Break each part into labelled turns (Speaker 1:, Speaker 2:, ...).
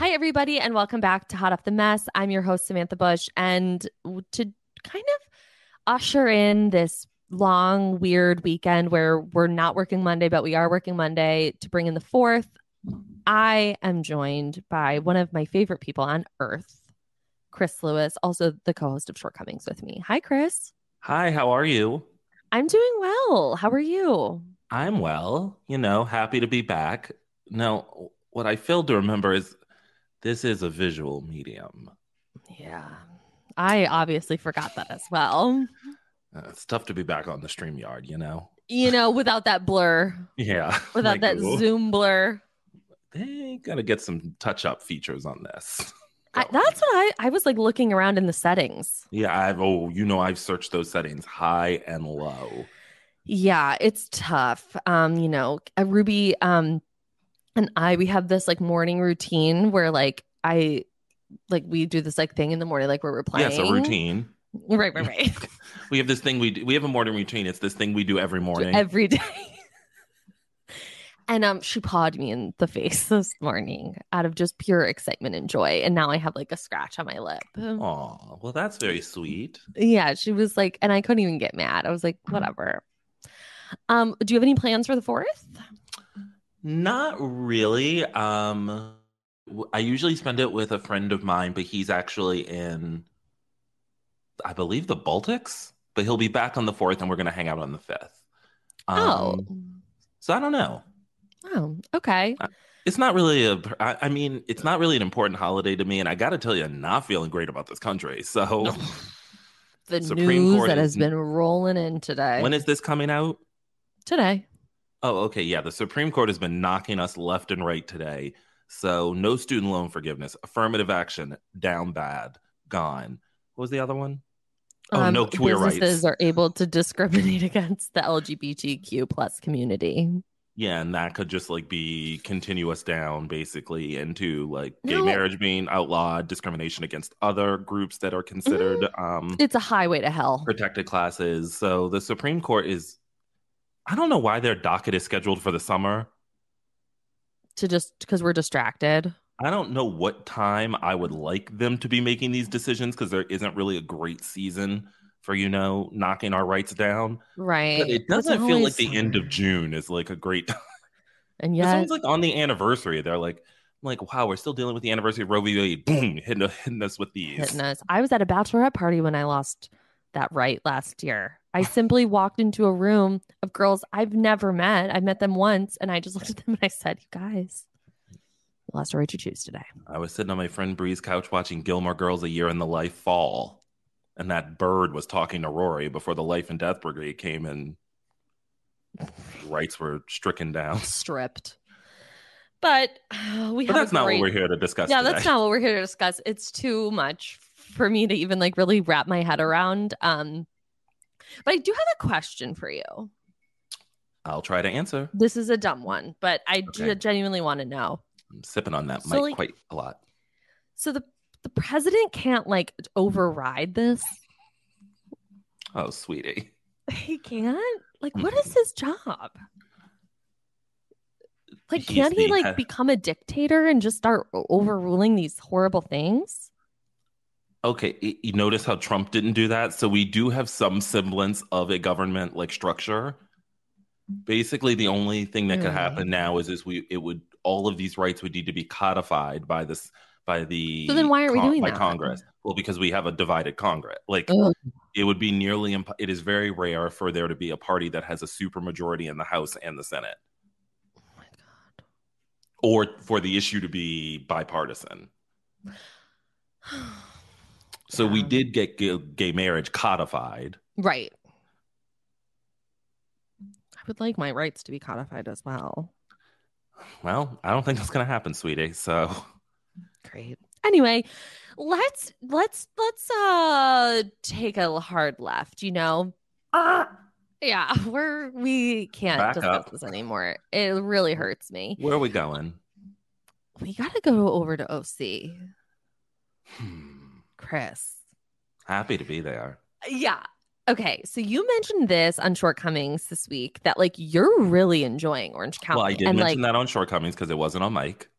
Speaker 1: Hi, everybody, and welcome back to Hot Off the Mess. I'm your host, Samantha Bush. And w- to kind of usher in this long, weird weekend where we're not working Monday, but we are working Monday to bring in the fourth, I am joined by one of my favorite people on earth, Chris Lewis, also the co host of Shortcomings with me. Hi, Chris.
Speaker 2: Hi, how are you?
Speaker 1: I'm doing well. How are you?
Speaker 2: I'm well, you know, happy to be back. Now, what I failed to remember is this is a visual medium.
Speaker 1: Yeah. I obviously forgot that as well.
Speaker 2: Uh, it's tough to be back on the stream yard, you know?
Speaker 1: You know, without that blur,
Speaker 2: Yeah.
Speaker 1: without
Speaker 2: like,
Speaker 1: that
Speaker 2: ooh,
Speaker 1: Zoom blur.
Speaker 2: They got to get some touch up features on this.
Speaker 1: I,
Speaker 2: Go.
Speaker 1: that's what I, I was like looking around in the settings.
Speaker 2: Yeah, I've, oh, you know, I've searched those settings high and low.
Speaker 1: Yeah, it's tough. Um, you know, a Ruby um and I we have this like morning routine where like I like we do this like thing in the morning, like where we're playing.
Speaker 2: Yes, a routine.
Speaker 1: Right, right, right.
Speaker 2: We have this thing we do. We have a morning routine. It's this thing we do every morning.
Speaker 1: Every day. and um she pawed me in the face this morning out of just pure excitement and joy. And now I have like a scratch on my lip.
Speaker 2: Aw, well, that's very sweet.
Speaker 1: Yeah, she was like, and I couldn't even get mad. I was like,
Speaker 2: Uh-huh.
Speaker 1: whatever. Um, do you have any plans for the fourth?
Speaker 2: Not really. Um, w- I usually spend it with a friend of mine, but he's actually in, I believe, the Baltics. But he'll be back on the fourth, and we're gonna hang out on the fifth.
Speaker 1: oh,
Speaker 2: Um, so I don't know.
Speaker 1: oh, okay.
Speaker 2: uh, It's not really a. pr- I, I mean, it's not really an important holiday to me, and I got to tell you, I'm not feeling great about this country. So,
Speaker 1: The
Speaker 2: Supreme
Speaker 1: news
Speaker 2: Court
Speaker 1: that
Speaker 2: is-
Speaker 1: has been rolling in today.
Speaker 2: when is this coming out?
Speaker 1: today?
Speaker 2: Oh, okay. Yeah. The Supreme Court has been knocking us left and right today. So, no student loan forgiveness, affirmative action, down bad, gone. What was the other one? Oh, no queer rights.
Speaker 1: Um, businesses are able to discriminate against the LGBTQ plus community.
Speaker 2: Yeah. And that could just like be continue us down basically into like gay
Speaker 1: No.
Speaker 2: marriage being outlawed, discrimination against other groups that are considered
Speaker 1: Mm-hmm.
Speaker 2: um,
Speaker 1: It's a highway to hell.
Speaker 2: protected classes. So, the Supreme Court is, I don't know why their docket is scheduled for the summer.
Speaker 1: To just because we're distracted.
Speaker 2: I don't know what time I would like them to be making these decisions because there isn't really a great season for you know knocking our rights down.
Speaker 1: Right.
Speaker 2: But it
Speaker 1: It's
Speaker 2: doesn't feel like
Speaker 1: always
Speaker 2: the end
Speaker 1: summer.
Speaker 2: of June is like a great.
Speaker 1: And
Speaker 2: It
Speaker 1: yet
Speaker 2: sounds like on the anniversary they're like, I'm like, wow, we're still dealing with the anniversary of Roe v. Wade. Boom, hitting, hitting us with these.
Speaker 1: Goodness. I was at a bachelorette party when I lost that right last year. I simply walked into a room of girls I've never met. I met them once and I just looked at them and I said, You guys, you lost a right to choose today.
Speaker 2: I was sitting on my friend Bree's couch watching Gilmore Girls: A Year in the Life fall, and that bird was talking to Rory before the Life and Death Brigade came and rights were stricken down.
Speaker 1: Stripped. But we
Speaker 2: Oh. But
Speaker 1: have a
Speaker 2: that's not
Speaker 1: great-
Speaker 2: what we're here to discuss.
Speaker 1: Yeah,
Speaker 2: today.
Speaker 1: that's not what we're here to discuss. It's too much for me to even like really wrap my head around. Um but I do have a question for you.
Speaker 2: I'll try to answer.
Speaker 1: This is a dumb one, but I do
Speaker 2: Okay.
Speaker 1: genuinely want to know.
Speaker 2: I'm sipping on that
Speaker 1: So,
Speaker 2: mic
Speaker 1: like-
Speaker 2: quite a lot.
Speaker 1: So the the president can't like override this.
Speaker 2: Oh, sweetie.
Speaker 1: He can't. Like, what is his job? Like,
Speaker 2: He's
Speaker 1: can't he
Speaker 2: the uh,
Speaker 1: like
Speaker 2: head-
Speaker 1: become a dictator and just start o- overruling these horrible things?
Speaker 2: Okay, y- you notice how Trump didn't do that? So we do have some semblance of a government like structure. Basically, the only thing that could
Speaker 1: Mm.
Speaker 2: happen now is is we it would all of these rights would need to be codified by this by the
Speaker 1: So then why aren't we doing
Speaker 2: by
Speaker 1: that?
Speaker 2: Congress? Well, because we have a divided Congress. Like
Speaker 1: Ugh.
Speaker 2: it would be nearly imp- it is very rare for there to be a party that has a supermajority in the House and the Senate,
Speaker 1: Oh my god.
Speaker 2: or for the issue to be bipartisan. So we
Speaker 1: Yeah.
Speaker 2: did get gay, gay marriage codified.
Speaker 1: Um, Right. I would like my rights to be codified as well.
Speaker 2: Well, I don't think that's going to happen, sweetie. So
Speaker 1: Great. Anyway, let's let's let's uh take a hard left, you know. Yeah, we're we can't
Speaker 2: Ah! Back
Speaker 1: discuss
Speaker 2: up.
Speaker 1: this anymore. It really hurts me.
Speaker 2: where are we going?
Speaker 1: We got to go over to OC,
Speaker 2: Hmm.
Speaker 1: Chris.
Speaker 2: Happy to be there.
Speaker 1: Yeah. Okay, so you mentioned this on Shortcomings this week that like you're really enjoying Orange County
Speaker 2: well, I did
Speaker 1: and like
Speaker 2: mention that on Shortcomings because it wasn't on Mike.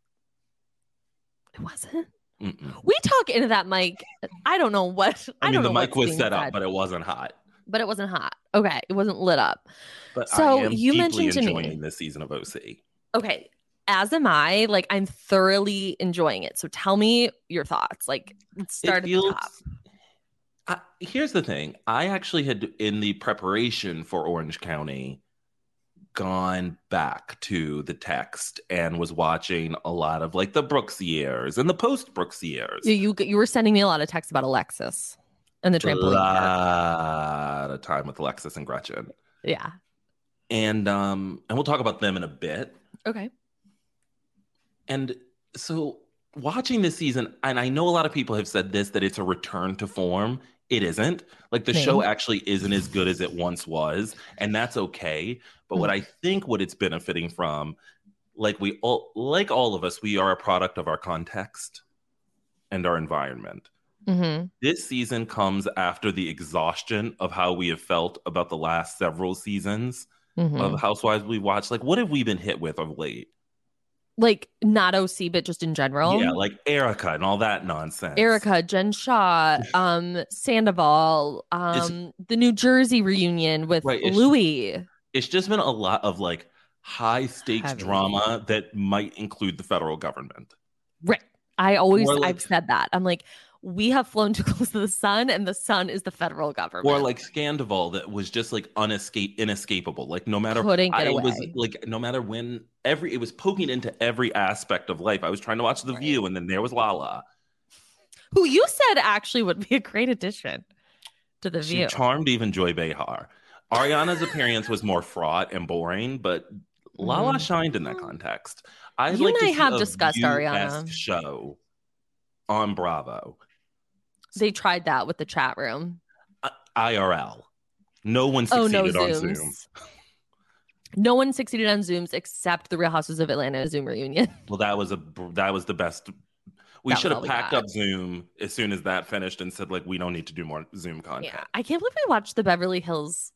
Speaker 1: it wasn't.
Speaker 2: Mm-mm.
Speaker 1: We talk into that mic. I don't know what I,
Speaker 2: I, mean,
Speaker 1: don't
Speaker 2: the
Speaker 1: know
Speaker 2: mic
Speaker 1: what's
Speaker 2: was
Speaker 1: being
Speaker 2: set up,
Speaker 1: said,
Speaker 2: but it wasn't hot.
Speaker 1: but it wasn't hot. Okay, it wasn't lit up.
Speaker 2: But
Speaker 1: So
Speaker 2: I am
Speaker 1: you
Speaker 2: deeply
Speaker 1: mentioned to me-
Speaker 2: enjoying this season of OC.
Speaker 1: Okay, as am I. Like I'm thoroughly enjoying it. So tell me your thoughts. Like let's
Speaker 2: It
Speaker 1: start at
Speaker 2: feels-
Speaker 1: the top.
Speaker 2: I, here's the thing. I actually had, in the preparation for Orange County, gone back to the text and was watching a lot of like the Brooks years and the post Brooks years.
Speaker 1: You, you you were sending me a lot of texts about Alexis and the
Speaker 2: a
Speaker 1: trampoline. park.
Speaker 2: lot of time with Alexis and Gretchen.
Speaker 1: Yeah.
Speaker 2: And um, and we'll talk about them in a bit.
Speaker 1: Okay.
Speaker 2: And so watching this season, and I know a lot of people have said this that it's a return to form. It isn't. Like the
Speaker 1: Right.
Speaker 2: show actually isn't as good as it once was, and that's okay. But what I think what it's benefiting from, like we all like all of us, we are a product of our context and our environment.
Speaker 1: Mm-hmm.
Speaker 2: This season comes after the exhaustion of how we have felt about the last several seasons
Speaker 1: hmm
Speaker 2: of Housewives we watched. Like, what have we been hit with of late?
Speaker 1: like not OC, but just in general.
Speaker 2: Yeah, like Erica and all that nonsense.
Speaker 1: Erica, Jen Shaw, um, Sandoval, um, the New Jersey reunion with
Speaker 2: Right, it's-
Speaker 1: Louis.
Speaker 2: It's just been a lot of like high stakes
Speaker 1: Heavy.
Speaker 2: drama that might include the federal government.
Speaker 1: Right. I always
Speaker 2: Or, like-
Speaker 1: I've said that. I'm like, we have flown too close to the sun, and the sun is the federal government.
Speaker 2: Or like Scandival that was just like unescape inescapable. Like no matter
Speaker 1: couldn't get
Speaker 2: I
Speaker 1: away.
Speaker 2: was like no matter when every it was poking into every aspect of life. I was trying to watch The
Speaker 1: Right.
Speaker 2: View and then there was Lala.
Speaker 1: Who you said actually would be a great addition to the
Speaker 2: She
Speaker 1: view.
Speaker 2: charmed even Joy Behar. Ariana's appearance was more fraught and boring, but Lala
Speaker 1: Mhm.
Speaker 2: shined in that context. I'd
Speaker 1: You
Speaker 2: like
Speaker 1: and
Speaker 2: to
Speaker 1: I
Speaker 2: see
Speaker 1: have
Speaker 2: a
Speaker 1: discussed
Speaker 2: View-esque
Speaker 1: Ariana.
Speaker 2: show on Bravo
Speaker 1: they tried that with the chat room.
Speaker 2: I- IRL. No one
Speaker 1: Oh
Speaker 2: succeeded
Speaker 1: no,
Speaker 2: on
Speaker 1: zooms.
Speaker 2: Zoom.
Speaker 1: No one succeeded on Zooms except the Real Houses of Atlanta Zoom reunion.
Speaker 2: Well, that was a br- that was the best. We
Speaker 1: That was
Speaker 2: should
Speaker 1: all
Speaker 2: have
Speaker 1: we
Speaker 2: packed
Speaker 1: got.
Speaker 2: up Zoom as soon as that finished and said like we don't need to do more Zoom content.
Speaker 1: Yeah, I can't believe we watched the Beverly Hills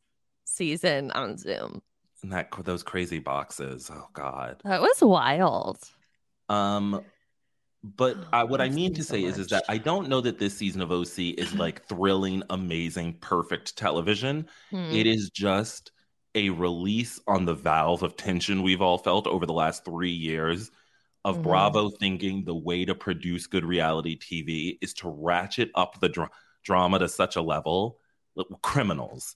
Speaker 1: season on Zoom.
Speaker 2: And that those crazy boxes. Oh God.
Speaker 1: That was wild.
Speaker 2: Um, but
Speaker 1: Oh,
Speaker 2: I, what I
Speaker 1: I've
Speaker 2: mean
Speaker 1: seen
Speaker 2: to
Speaker 1: so
Speaker 2: say is, is
Speaker 1: much.
Speaker 2: that I don't know that this season of OC is like thrilling, amazing, perfect television.
Speaker 1: Hmm.
Speaker 2: It is just a release on the valve of tension we've all felt over the last three years of
Speaker 1: Mhm.
Speaker 2: Bravo thinking the way to produce good reality TV is to ratchet up the dra- drama to such a level. that Criminals,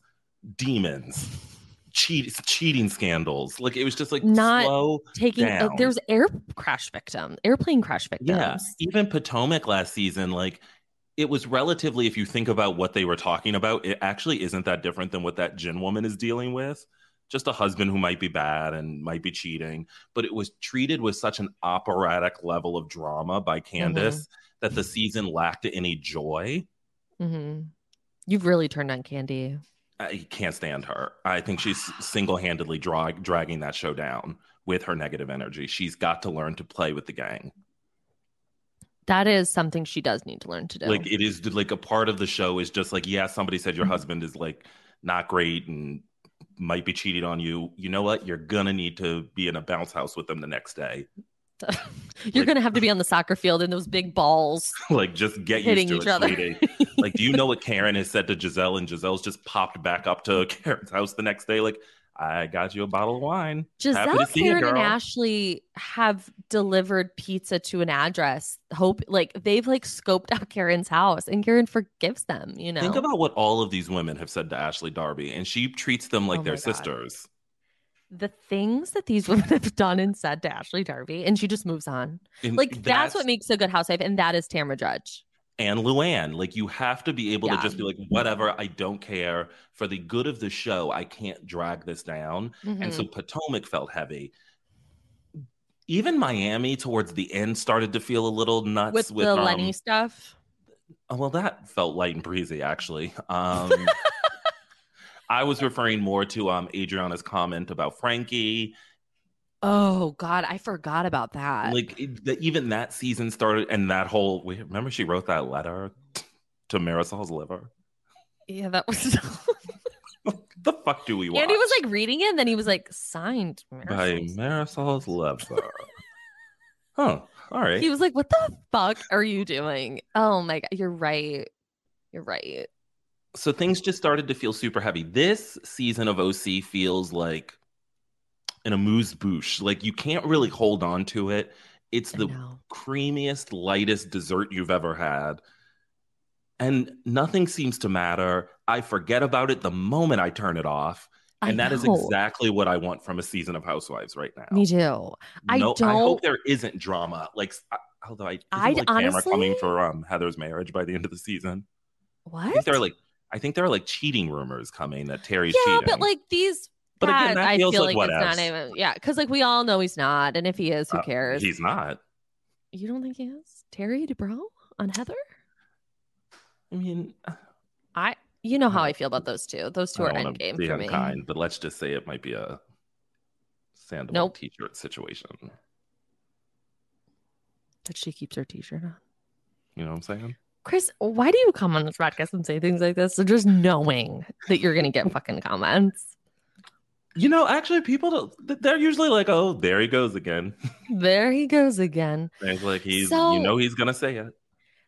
Speaker 2: demons, cheat- cheating scandals. Like it was just like
Speaker 1: Not
Speaker 2: slow.
Speaker 1: Taking uh,
Speaker 2: down.
Speaker 1: there's air crash victim, airplane crash victims.
Speaker 2: Yeah, even Potomac last season, like it was relatively, if you think about what they were talking about, it actually isn't that different than what that gin woman is dealing with. Just a husband who might be bad and might be cheating, but it was treated with such an operatic level of drama by Candace that the season lacked any joy.
Speaker 1: hmm You've really turned on Candy.
Speaker 2: I can't stand her. I think she's single handedly dra- dragging that show down with her negative energy. She's got to learn to play with the gang.
Speaker 1: That is something she does need to learn to do.
Speaker 2: like it is like a part of the show is just like yeah somebody said your
Speaker 1: Mm-hmm.
Speaker 2: husband is like not great and might be cheated on you you know what you're gonna need to be in a bounce house with them the next day
Speaker 1: You're
Speaker 2: Like-
Speaker 1: going to have to be on the soccer field in those big balls.
Speaker 2: like just get
Speaker 1: Hitting
Speaker 2: used
Speaker 1: each
Speaker 2: to it,
Speaker 1: other.
Speaker 2: sweetie. like, do you know what Karen has said to Giselle? And Giselle's just popped back up to Karen's house the next day, like, I got you a bottle of wine.
Speaker 1: Giselle,
Speaker 2: Happy to see you,
Speaker 1: Karen, and
Speaker 2: girl.
Speaker 1: Ashley have delivered pizza to an address. Hope like they've like scoped out Karen's house, and Karen forgives them. You know,
Speaker 2: Think about what all of these women have said to Ashley Darby, and she treats them like
Speaker 1: Oh
Speaker 2: they're
Speaker 1: my God.
Speaker 2: sisters.
Speaker 1: the things that these women have done and said to Ashley Darby, and she just moves on.
Speaker 2: And
Speaker 1: Like that's, what makes a good housewife, and that is Tamra Judge.
Speaker 2: and Luann. Like you have to be able
Speaker 1: Yeah.
Speaker 2: to just be like, whatever, I don't care. For the good of the show, I can't drag this down.
Speaker 1: Mm-hmm.
Speaker 2: And so Potomac felt heavy. Even Miami towards the end started to feel a little nuts
Speaker 1: with,
Speaker 2: with,
Speaker 1: the
Speaker 2: um,
Speaker 1: Lenny stuff,
Speaker 2: Oh, well, that felt light and breezy, actually. Um, I was referring more to um, Adriana's comment about Frankie.
Speaker 1: oh god, I forgot about that.
Speaker 2: like it- the, even that season started, and that whole. we- Remember, she wrote that letter to Marisol's liver.
Speaker 1: yeah, that was.
Speaker 2: the fuck do we want?
Speaker 1: and he was like reading it, and then he was like signed.
Speaker 2: by
Speaker 1: Marisol."
Speaker 2: Marisol's lover. huh. All right.
Speaker 1: He was like, "What the fuck are you doing?" Oh my god, you're right. You're right.
Speaker 2: so things just started to feel super heavy. This season of OC feels like an amuse bouche. Like you can't really hold on to it. It's
Speaker 1: I
Speaker 2: the
Speaker 1: know.
Speaker 2: creamiest, lightest dessert you've ever had. And nothing seems to matter. I forget about it the moment I turn it off.
Speaker 1: I
Speaker 2: And that is
Speaker 1: know.
Speaker 2: exactly what I want from a season of Housewives right now.
Speaker 1: Me too. I
Speaker 2: no, I
Speaker 1: don't-
Speaker 2: hope there isn't drama. Like, s- I- although I,
Speaker 1: I'd
Speaker 2: isn't, like Tamara
Speaker 1: honestly-
Speaker 2: coming for um Heather's marriage by the end of the season. I
Speaker 1: What?
Speaker 2: think there are like, I think there are like cheating rumors coming that Terry's
Speaker 1: yeah,
Speaker 2: cheating.
Speaker 1: but like these.
Speaker 2: But again, that
Speaker 1: I
Speaker 2: feels
Speaker 1: feel
Speaker 2: like
Speaker 1: like it's not
Speaker 2: whatevs.
Speaker 1: even. Yeah, because like we all know he's not, and if he is, who
Speaker 2: Uh,
Speaker 1: cares?
Speaker 2: he's not.
Speaker 1: you don't think he is? Terry Dubrow on Heather?
Speaker 2: I mean,
Speaker 1: I. You know how
Speaker 2: No.
Speaker 1: I feel about those two. Those two
Speaker 2: I
Speaker 1: are
Speaker 2: don't wanna
Speaker 1: endgame
Speaker 2: be
Speaker 1: for me.
Speaker 2: unkind, but let's just say it might be a sandal
Speaker 1: Nope.
Speaker 2: t-shirt situation.
Speaker 1: But she keeps her T-shirt on.
Speaker 2: You know what I'm saying?
Speaker 1: Chris, why do you come on this podcast and say things like this? So just knowing that you're gonna get fucking comments.
Speaker 2: You know, actually, people don't- th- they're usually like, "Oh, there he goes again."
Speaker 1: There he goes again.
Speaker 2: It's like he's,
Speaker 1: So-
Speaker 2: you know, he's gonna say it.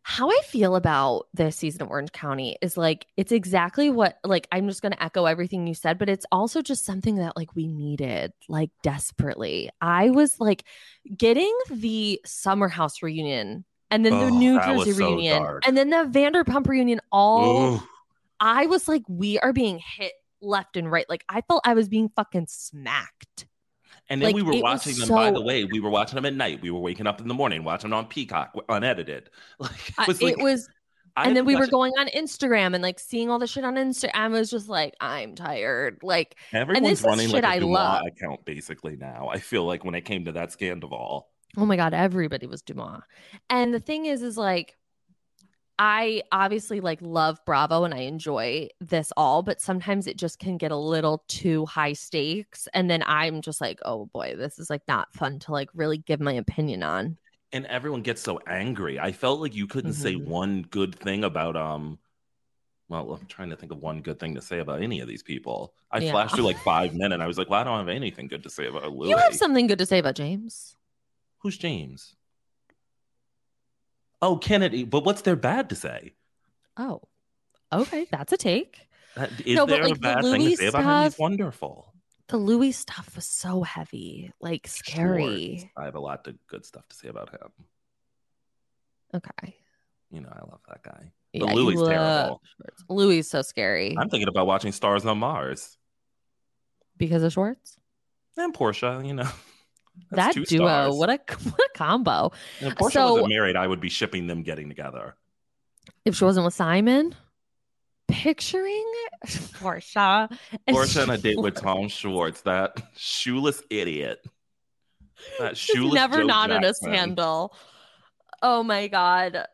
Speaker 1: how I feel about this season of Orange County is like it's exactly what like I'm just going to echo everything you said, but it's also just something that like we needed like desperately. I was like getting the summer house reunion and then the
Speaker 2: Oh,
Speaker 1: New
Speaker 2: that was
Speaker 1: Jersey
Speaker 2: so
Speaker 1: reunion
Speaker 2: dark.
Speaker 1: and then the Vanderpump reunion all
Speaker 2: Ooh.
Speaker 1: I was like we are being hit left and right. Like I felt I was being fucking smacked.
Speaker 2: And then
Speaker 1: Like,
Speaker 2: we were
Speaker 1: it was
Speaker 2: watching them. By
Speaker 1: so-
Speaker 2: the way, we were watching them at night. We were waking up in the morning, watching them on Peacock, w- unedited. Like
Speaker 1: I-
Speaker 2: it was. Like,
Speaker 1: it was
Speaker 2: I
Speaker 1: and
Speaker 2: had
Speaker 1: then
Speaker 2: to
Speaker 1: we were
Speaker 2: watch
Speaker 1: going on Instagram and like seeing all the shit on Instagram. I was just like, I'm tired. Like
Speaker 2: it. Everyone's
Speaker 1: this is
Speaker 2: running
Speaker 1: shit
Speaker 2: like a
Speaker 1: I
Speaker 2: Dumas
Speaker 1: love.
Speaker 2: account basically now. I feel like when it came to that scandal,
Speaker 1: Oh my god, everybody was Dumas. And the thing is is like I obviously like love Bravo and I enjoy this all, but sometimes it just can get a little too high stakes and then I'm just like, "Oh boy, this is like not fun to like really give my opinion on."
Speaker 2: and everyone gets so angry. I felt like you couldn't say
Speaker 1: Mhm.
Speaker 2: one good thing about um well, I'm trying to think of one good thing to say about any of these people. I
Speaker 1: Yeah.
Speaker 2: flashed through like five men and I was like, well, I don't have anything good to say about Louis.
Speaker 1: You have something good to say about James?
Speaker 2: Who's James? Oh, Kennedy. But what's there bad to say?
Speaker 1: Oh. Okay, that's a take.
Speaker 2: That- Is
Speaker 1: No, but,
Speaker 2: there
Speaker 1: like,
Speaker 2: a
Speaker 1: the
Speaker 2: bad thing to
Speaker 1: Louis
Speaker 2: say about him? He's
Speaker 1: stuff-
Speaker 2: wonderful.
Speaker 1: The Louis stuff was so heavy, like scary.
Speaker 2: Sure, I have a lot of good stuff to say about him.
Speaker 1: Okay.
Speaker 2: You know, I love that guy.
Speaker 1: Yeah,
Speaker 2: But
Speaker 1: you
Speaker 2: Louis is
Speaker 1: love-
Speaker 2: terrible.
Speaker 1: Louis is so scary
Speaker 2: I'm thinking about watching Stars on Mars
Speaker 1: because of Schwartz.
Speaker 2: and Portia, you know.
Speaker 1: That
Speaker 2: That's
Speaker 1: duo,
Speaker 2: two stars.
Speaker 1: what a what a combo.
Speaker 2: If Portia
Speaker 1: So-
Speaker 2: wasn't married, I would be shipping them getting together.
Speaker 1: If she wasn't with Simon, picturing Portia and
Speaker 2: Portia on a date with Tom Schwartz, that shoeless idiot. That
Speaker 1: She's
Speaker 2: shoeless
Speaker 1: never
Speaker 2: Joe
Speaker 1: knotted a
Speaker 2: Jackson.
Speaker 1: sandal. Oh my god.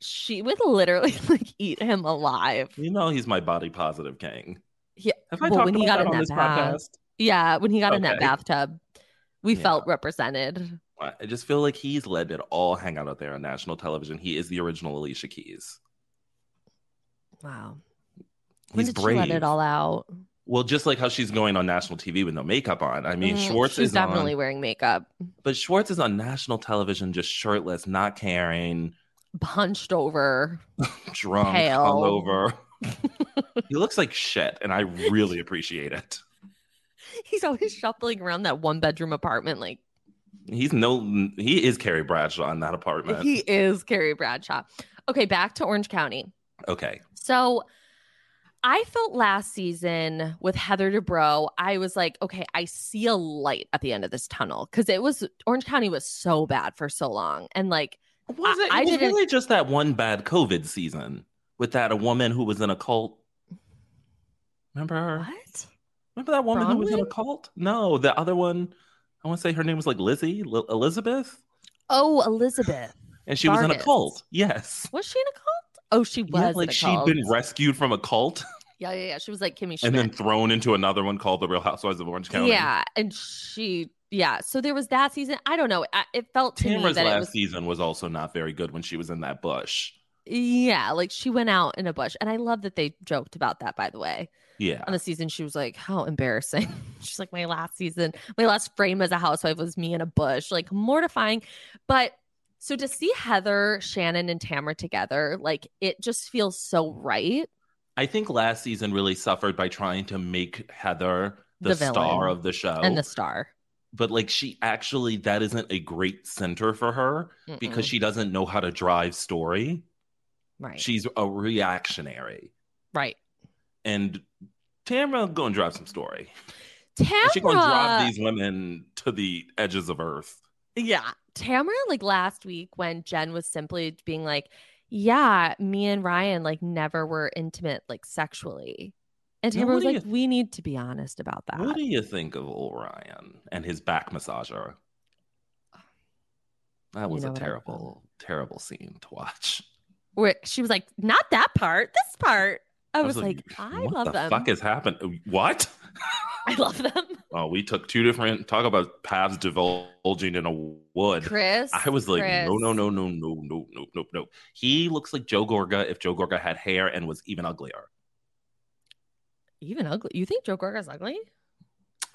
Speaker 1: She would literally like eat him alive.
Speaker 2: You know he's my body positive king.
Speaker 1: Yeah,
Speaker 2: Have I
Speaker 1: well,
Speaker 2: talked
Speaker 1: when he got
Speaker 2: about that
Speaker 1: in
Speaker 2: on
Speaker 1: that
Speaker 2: this
Speaker 1: bath.
Speaker 2: podcast?
Speaker 1: Yeah, when he got in that
Speaker 2: Okay.
Speaker 1: bathtub, we
Speaker 2: Yeah.
Speaker 1: felt represented.
Speaker 2: I- I just feel like he's led it all hang out out there on national television. He is the original Alicia Keys.
Speaker 1: Wow. When
Speaker 2: He's
Speaker 1: did
Speaker 2: brave.
Speaker 1: she let it all out?
Speaker 2: Well, just like how she's going on national TV with no makeup on. I mean,
Speaker 1: Mm,
Speaker 2: Schwartz
Speaker 1: she's
Speaker 2: is
Speaker 1: definitely
Speaker 2: on,
Speaker 1: wearing makeup,
Speaker 2: but Schwartz is on national television, just shirtless, not caring,
Speaker 1: punched over.
Speaker 2: drunk,
Speaker 1: Pale.
Speaker 2: hungover. he looks like shit, and I really appreciate it.
Speaker 1: He's always shuffling around that one bedroom apartment like
Speaker 2: He's no, he is Carrie Bradshaw in that apartment.
Speaker 1: he is Carrie Bradshaw. Okay, back to Orange County.
Speaker 2: okay,
Speaker 1: So I felt last season with Heather Dubrow, I was like, okay, I see a light at the end of this tunnel because it was Orange County was so bad for so long, and like
Speaker 2: was it?
Speaker 1: I
Speaker 2: it was
Speaker 1: didn't-
Speaker 2: really just that one bad COVID season with that a woman who was in a cult. Remember her?
Speaker 1: what?
Speaker 2: Remember that woman who was in a
Speaker 1: Bronwyn?
Speaker 2: cult? No, the other one. I want to say her name was like Lizzie L- Elizabeth,
Speaker 1: Oh, Elizabeth,
Speaker 2: and she was in a
Speaker 1: Vargas.
Speaker 2: cult. Yes,
Speaker 1: was she in a cult? Oh, she was
Speaker 2: yeah,
Speaker 1: in
Speaker 2: like
Speaker 1: a
Speaker 2: she'd
Speaker 1: cult.
Speaker 2: been rescued from a cult
Speaker 1: yeah, yeah, yeah. She was like Kimmy Schmidt.
Speaker 2: and then thrown into another one called The Real Housewives of Orange County.
Speaker 1: yeah, and she, yeah. So there was that season. I don't know. I, it felt to me
Speaker 2: Tamara's
Speaker 1: that
Speaker 2: last
Speaker 1: it was
Speaker 2: season was also not very good when she was in that bush.
Speaker 1: Yeah, like she went out in a bush. And I love that they joked about that, by the way.
Speaker 2: Yeah,
Speaker 1: On the season, she was like, How embarrassing. She's like, My last season, my last frame as a housewife was me in a bush, like mortifying. But so to see Heather, Shannon, and Tamara together, like it just feels so right.
Speaker 2: I think last season really suffered by trying to make Heather the,
Speaker 1: The villain.
Speaker 2: star of the show,
Speaker 1: And the star.
Speaker 2: but like she actually that isn't a great center for her because
Speaker 1: Mm-mm.
Speaker 2: she doesn't know how to drive story.
Speaker 1: Mm-hmm. right.
Speaker 2: She's a reactionary.
Speaker 1: right.
Speaker 2: and Tamara going to drive some story.
Speaker 1: Tamara.
Speaker 2: And she going to drive these women to the edges of Earth.
Speaker 1: Yeah. Tamara, like last week when Jen was simply being like, Yeah, me and Ryan like never were intimate, like sexually. And
Speaker 2: Now,
Speaker 1: Tamara
Speaker 2: what
Speaker 1: was
Speaker 2: do
Speaker 1: like,
Speaker 2: you-
Speaker 1: We need to be honest about that.
Speaker 2: What do you think of Orion and his back massager? That
Speaker 1: You
Speaker 2: was
Speaker 1: know
Speaker 2: a
Speaker 1: what I-
Speaker 2: terrible, terrible scene to watch.
Speaker 1: Where she was like, Not that part, this part. I was, like, I
Speaker 2: what
Speaker 1: love
Speaker 2: the
Speaker 1: them.
Speaker 2: Fuck has happened? What?
Speaker 1: I love them.
Speaker 2: Oh, we took two different. Talk about paths divulging in a wood.
Speaker 1: Chris.
Speaker 2: I was like,
Speaker 1: Chris.
Speaker 2: no, no, no, no, no, no, no, no, no. He looks like Joe Gorga if Joe Gorga had hair and was even uglier.
Speaker 1: Even ugly. You think Joe Gorga's ugly?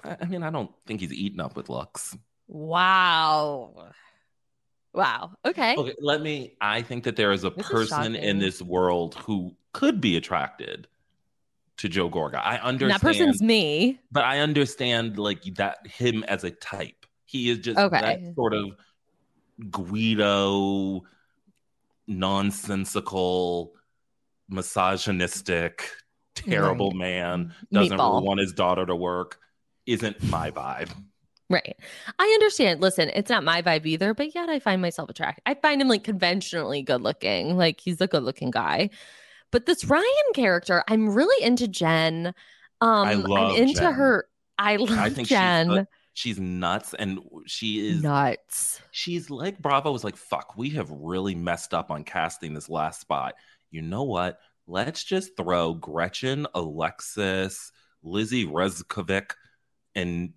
Speaker 2: I, I mean, I don't think he's eaten up with looks.
Speaker 1: Wow. Wow. Okay.
Speaker 2: Okay, let me. I think that there is a
Speaker 1: This is
Speaker 2: person in
Speaker 1: shocking.
Speaker 2: this world who could be attracted to Joe Gorga. I understand,
Speaker 1: That person's me.
Speaker 2: but I understand like that him as a type. He is just
Speaker 1: Okay.
Speaker 2: that sort of Guido, nonsensical, misogynistic, terrible man. Doesn't
Speaker 1: Meatball.
Speaker 2: want his daughter to work. Isn't my vibe.
Speaker 1: Right. I understand. Listen, it's not my vibe either, but yet I find myself attracted. I find him like conventionally good looking. Like he's a good looking guy. But this Ryan character, I'm really into Jen. Um
Speaker 2: I love
Speaker 1: am into
Speaker 2: Jen.
Speaker 1: her. I love
Speaker 2: I think she's
Speaker 1: Jen.
Speaker 2: a- She's nuts, and she is
Speaker 1: Nuts.
Speaker 2: She's like, Bravo was like, fuck, we have really messed up on casting this last spot. You know what? Let's just throw Gretchen, Alexis, Lizzie Rezkovic, and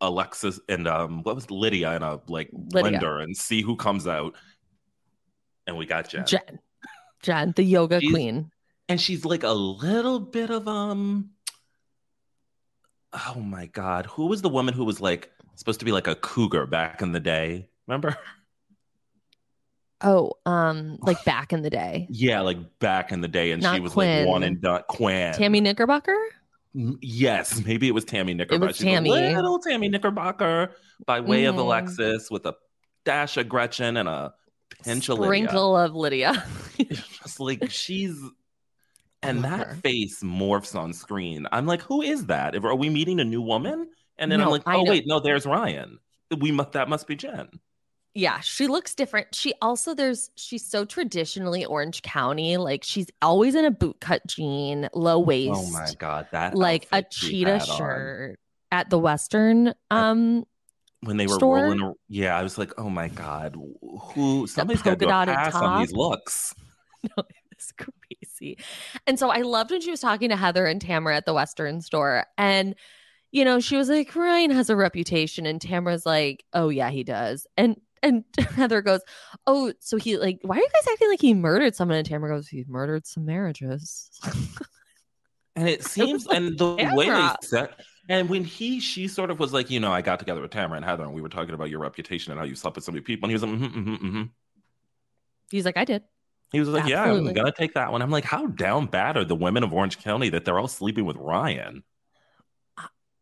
Speaker 2: Alexis, and um, what was Lydia in a like
Speaker 1: Lydia.
Speaker 2: blender and see who comes out. And we got Jen.
Speaker 1: Jen. Jen. the yoga
Speaker 2: She's-
Speaker 1: queen.
Speaker 2: And she's like a little bit of, um, oh my God, who was the woman who was like supposed to be like a cougar back in the day? Remember?
Speaker 1: Oh, um, like back in the day.
Speaker 2: Yeah, like back in the day, and
Speaker 1: Not
Speaker 2: she was
Speaker 1: Quinn.
Speaker 2: like one and done. Quinn,
Speaker 1: Tammy Knickerbocker?
Speaker 2: M- Yes, maybe it was Tammy Knickerbocker.
Speaker 1: was
Speaker 2: She's a
Speaker 1: Tammy.
Speaker 2: little Tammy Knickerbocker by way of
Speaker 1: Mhm.
Speaker 2: Alexis, with a dash of Gretchen and a pinch of Lydia.
Speaker 1: Sprinkle of Lydia.
Speaker 2: Just like she's,
Speaker 1: I
Speaker 2: and
Speaker 1: love
Speaker 2: that
Speaker 1: her.
Speaker 2: face morphs on screen. I'm like, who is that? If- Are we meeting a new woman? And then I'm
Speaker 1: No,
Speaker 2: like,
Speaker 1: I
Speaker 2: oh
Speaker 1: know.
Speaker 2: wait, no, there's Ryan. We must that must be Jen.
Speaker 1: Yeah, she looks different. She also there's she's so traditionally Orange County, like she's always in a bootcut jean, low waist,
Speaker 2: Oh my god, that
Speaker 1: like a
Speaker 2: outfit she
Speaker 1: cheetah
Speaker 2: had on.
Speaker 1: shirt at the Western. Um,
Speaker 2: when they were
Speaker 1: store?
Speaker 2: rolling. ar- Yeah, I was like, oh my god, who? Somebody's got to do a
Speaker 1: polka dotted
Speaker 2: pass on these
Speaker 1: top?
Speaker 2: looks.
Speaker 1: it's crazy. And so I loved when she was talking to Heather and Tamara at the Western store, and you know she was like, Ryan has a reputation, and Tamara's like, oh yeah, he does, and. And Heather goes, Oh, so he like, why are you guys acting like he murdered someone? And Tamara goes, He murdered some marriages.
Speaker 2: And it seems, and the way they
Speaker 1: Tamara.
Speaker 2: said, and when he, she sort of was like, you know, I got together with Tamara and Heather, and we were talking about your reputation and how you slept with so many people. And he was like, mm-hmm, mm-hmm, mm-hmm.
Speaker 1: He's like, I did.
Speaker 2: he was like, yeah,
Speaker 1: Absolutely.
Speaker 2: I'm gonna take that one. I'm like, how down bad are the women of Orange County that they're all sleeping with Ryan?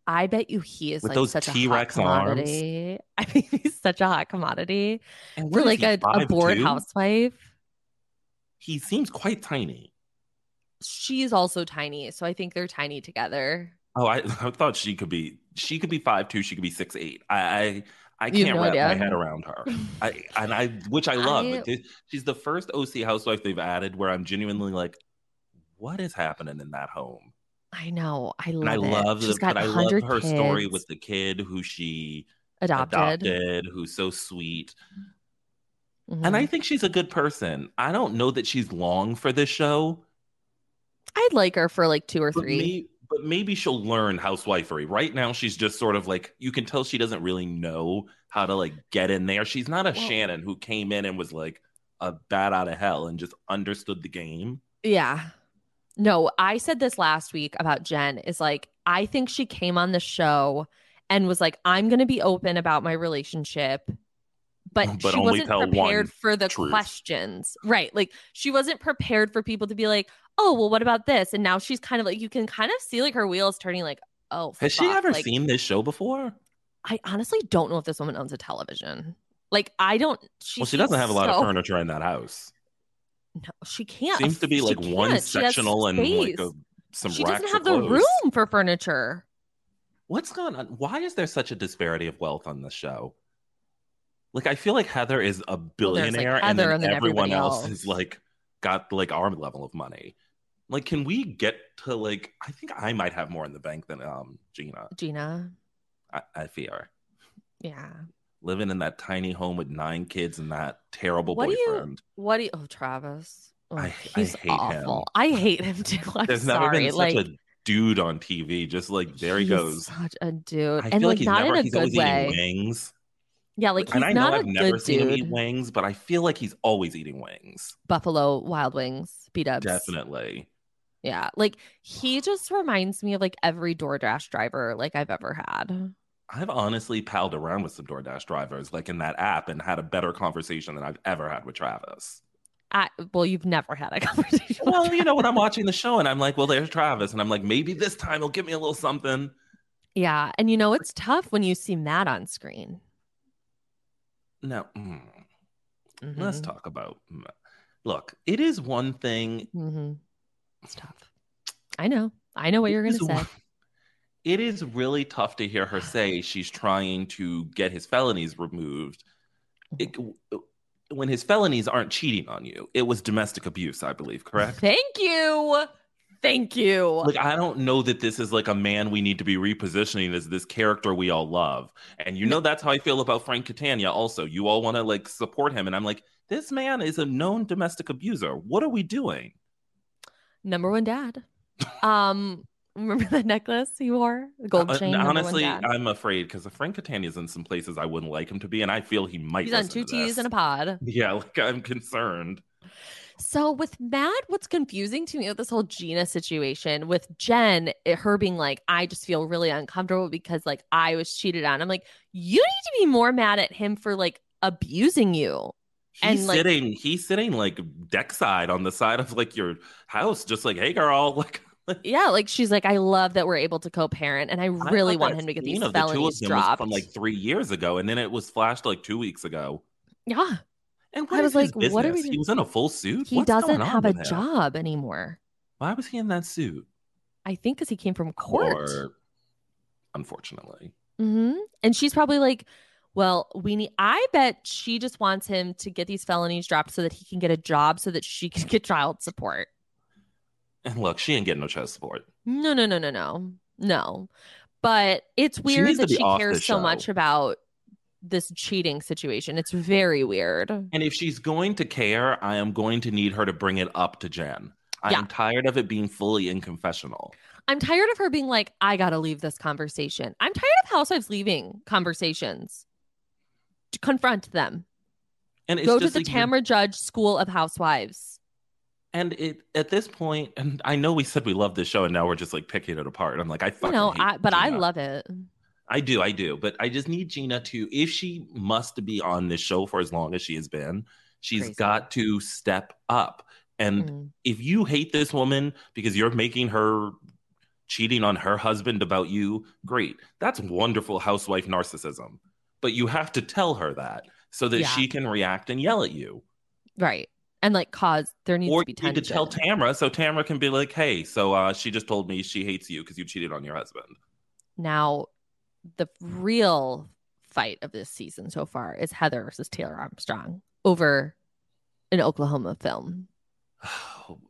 Speaker 1: I bet you he is
Speaker 2: With
Speaker 1: like
Speaker 2: those
Speaker 1: such a hot
Speaker 2: T-Rex arms.
Speaker 1: commodity. I mean, he's such a hot commodity
Speaker 2: And
Speaker 1: for
Speaker 2: what
Speaker 1: like
Speaker 2: is
Speaker 1: a,
Speaker 2: he,
Speaker 1: a bored
Speaker 2: 5'2"?
Speaker 1: housewife.
Speaker 2: He seems quite tiny.
Speaker 1: She's also tiny, so I think they're tiny together.
Speaker 2: Oh, I, I thought she could be. She could be five two. She could be six eight. I I, I
Speaker 1: You have
Speaker 2: can't
Speaker 1: no
Speaker 2: wrap my
Speaker 1: idea.
Speaker 2: head around her. I and I, which I love.
Speaker 1: I-
Speaker 2: It- She's the first OC housewife they've added where I'm genuinely like, what is happening in that home?
Speaker 1: I know. I love
Speaker 2: And I
Speaker 1: it.
Speaker 2: love, the,
Speaker 1: She's got
Speaker 2: but I love
Speaker 1: 100
Speaker 2: her story
Speaker 1: kids
Speaker 2: with the kid who she
Speaker 1: adopted.
Speaker 2: adopted, who's so sweet.
Speaker 1: Mhm.
Speaker 2: And I think she's a good person. I don't know that she's long for this show.
Speaker 1: I'd like her for like two or
Speaker 2: But,
Speaker 1: three.
Speaker 2: may- but maybe she'll learn housewifery. Right now, she's just sort of like you can tell she doesn't really know how to like get in there. She's not a
Speaker 1: Well-
Speaker 2: Shannon who came in and was like a bat out of hell and just understood the game.
Speaker 1: Yeah. No, I said this last week about Jen is like, I think she came on the show and was like, I'm going to be open about my relationship, but,
Speaker 2: But
Speaker 1: she
Speaker 2: only
Speaker 1: wasn't
Speaker 2: tell one
Speaker 1: prepared for the
Speaker 2: truth.
Speaker 1: questions. Right. Like, she wasn't prepared for people to be like, oh, well, what about this? And now she's kind of like, you can kind of see like her wheels turning, like, oh,
Speaker 2: Has she
Speaker 1: fuck,
Speaker 2: ever
Speaker 1: like,
Speaker 2: seen this show before?
Speaker 1: I honestly don't know if this woman owns a television. Like, I don't. She
Speaker 2: Well, she doesn't
Speaker 1: seems
Speaker 2: have a lot
Speaker 1: so-
Speaker 2: of furniture in that house.
Speaker 1: No, she can't.
Speaker 2: Seems to be
Speaker 1: She
Speaker 2: like one
Speaker 1: can't. She has
Speaker 2: sectional and like
Speaker 1: space.
Speaker 2: a, some
Speaker 1: she
Speaker 2: racks
Speaker 1: doesn't
Speaker 2: of
Speaker 1: have the
Speaker 2: clothes.
Speaker 1: room for furniture.
Speaker 2: What's going on? Why is there such a disparity of wealth on this show? Like, I feel like Heather is a
Speaker 1: there's, like,
Speaker 2: billionaire, and,
Speaker 1: Heather
Speaker 2: then
Speaker 1: and then
Speaker 2: everyone
Speaker 1: everybody
Speaker 2: else,
Speaker 1: else.
Speaker 2: is like got like our level of money. Like, can we get to like? I think I might have more in the bank than um Gina.
Speaker 1: Gina.
Speaker 2: I, I fear
Speaker 1: Yeah.
Speaker 2: living in that tiny home with nine kids and that terrible
Speaker 1: What do you-
Speaker 2: boyfriend.
Speaker 1: What do you, oh, Travis. Oh,
Speaker 2: I- I
Speaker 1: he's
Speaker 2: hate him.
Speaker 1: awful. I hate him too. I'm
Speaker 2: There's
Speaker 1: sorry.
Speaker 2: never been such
Speaker 1: like,
Speaker 2: a dude on TV. Just like there he
Speaker 1: he's
Speaker 2: goes.
Speaker 1: Such a dude.
Speaker 2: I
Speaker 1: and
Speaker 2: feel
Speaker 1: like,
Speaker 2: like he's
Speaker 1: not
Speaker 2: never.
Speaker 1: in a
Speaker 2: he's
Speaker 1: good
Speaker 2: always
Speaker 1: way.
Speaker 2: eating wings.
Speaker 1: Yeah, like he's
Speaker 2: and I know
Speaker 1: not a
Speaker 2: I've never
Speaker 1: good
Speaker 2: seen him eat
Speaker 1: dude.
Speaker 2: wings, but I feel like he's always eating wings.
Speaker 1: Buffalo Wild Wings, beat ups.
Speaker 2: Definitely.
Speaker 1: Yeah. Like he just reminds me of like every DoorDash driver like I've ever had.
Speaker 2: I've honestly palled around with some DoorDash drivers, like in that app, and had a better conversation than I've ever had with Travis.
Speaker 1: I, well, you've never had a conversation. with
Speaker 2: Well,
Speaker 1: Travis.
Speaker 2: you know, when I'm watching the show and I'm like, well, there's Travis. And I'm like, maybe this time he'll give me a little something.
Speaker 1: Yeah. And you know, it's tough when you see Matt on screen.
Speaker 2: No, mm,
Speaker 1: Mhm.
Speaker 2: let's talk about. mm. Look, it is one thing.
Speaker 1: Mm-hmm. It's tough. I know. I know what you're going
Speaker 2: It's
Speaker 1: to say.
Speaker 2: one- It is really tough to hear her say she's trying to get his felonies removed. It,
Speaker 1: Mm-hmm.
Speaker 2: when his felonies aren't cheating on you, it was domestic abuse, I believe, correct?
Speaker 1: Thank you. Thank you.
Speaker 2: like I don't know that this is like a man we need to be repositioning as this character we all love. And you know that's how I feel about Frank Catania also. You all want to like support him and I'm like this man is a known domestic abuser. What are we doing?
Speaker 1: number one dad. Um, remember that necklace he wore? The gold
Speaker 2: Uh,
Speaker 1: chain.
Speaker 2: and
Speaker 1: number one
Speaker 2: honestly,
Speaker 1: dad.
Speaker 2: I'm afraid cuz Frank Catania's in some places I wouldn't like him to be and I feel he might
Speaker 1: he's on
Speaker 2: listen
Speaker 1: two
Speaker 2: to
Speaker 1: T's
Speaker 2: this.
Speaker 1: and a pod.
Speaker 2: Yeah, like I'm concerned.
Speaker 1: So with Matt, what's confusing to me with this whole Gina situation with Jen, it, her being like, I just feel really uncomfortable because like I was cheated on. I'm like, you need to be more mad at him for like abusing you.
Speaker 2: He's
Speaker 1: And, like-
Speaker 2: sitting he's sitting like deckside on the side of like your house just like, "Hey girl, like
Speaker 1: Yeah, like she's like, I love that we're able to co-parent, and I
Speaker 2: I
Speaker 1: really
Speaker 2: thought
Speaker 1: want
Speaker 2: that
Speaker 1: him to get
Speaker 2: scene
Speaker 1: these
Speaker 2: of the two of
Speaker 1: felonies
Speaker 2: them was
Speaker 1: dropped.
Speaker 2: from like three years ago, and then it was flashed like two weeks ago.
Speaker 1: yeah,
Speaker 2: And
Speaker 1: I
Speaker 2: what
Speaker 1: was
Speaker 2: is his
Speaker 1: like, what are we
Speaker 2: business? He
Speaker 1: doing?
Speaker 2: was in a full suit.
Speaker 1: he
Speaker 2: What's
Speaker 1: doesn't
Speaker 2: going on
Speaker 1: have a
Speaker 2: with him?
Speaker 1: job anymore.
Speaker 2: Why was he in that suit?
Speaker 1: I think because he came from court.
Speaker 2: Or, unfortunately,
Speaker 1: hmm And she's probably like, well, we need. I bet she just wants him to get these felonies dropped so that he can get a job, so that she can get child support.
Speaker 2: and look, she ain't getting no child support.
Speaker 1: No, no, no, no, no, no. But it's weird
Speaker 2: needs to
Speaker 1: that
Speaker 2: be
Speaker 1: she
Speaker 2: off the
Speaker 1: cares so
Speaker 2: show.
Speaker 1: much about this cheating situation. It's very weird.
Speaker 2: And if she's going to care, I am going to need her to bring it up to Jen. I
Speaker 1: Yeah.
Speaker 2: am tired of it being fully in confessional.
Speaker 1: I'm tired of her being like, I gotta leave this conversation. I'm tired of housewives leaving conversations. To confront them.
Speaker 2: And it's
Speaker 1: Go to
Speaker 2: just
Speaker 1: the
Speaker 2: like, you're-
Speaker 1: Tamra Judge School of Housewives.
Speaker 2: And it at this point, and I know we said we love this show, and now we're just like picking it apart. I'm like, I
Speaker 1: You
Speaker 2: fucking
Speaker 1: know,
Speaker 2: hate
Speaker 1: I, but I
Speaker 2: Gina.
Speaker 1: love it.
Speaker 2: I do, I do. But I just need Gina to, if she must be on this show for as long as she has been, she's
Speaker 1: Crazy.
Speaker 2: got to step up. And
Speaker 1: Mm.
Speaker 2: if you hate this woman because you're making her cheating on her husband about you, great. That's wonderful housewife narcissism. But you have to tell her that so that
Speaker 1: Yeah.
Speaker 2: she can react and yell at you.
Speaker 1: Right. And like cause there needs
Speaker 2: or
Speaker 1: to be
Speaker 2: you need to
Speaker 1: tension.
Speaker 2: tell Tamara so Tamara can be like, hey, so uh, she just told me she hates you because you cheated on your husband.
Speaker 1: now the real fight of this season so far is Heather versus Taylor Armstrong over an Oklahoma film.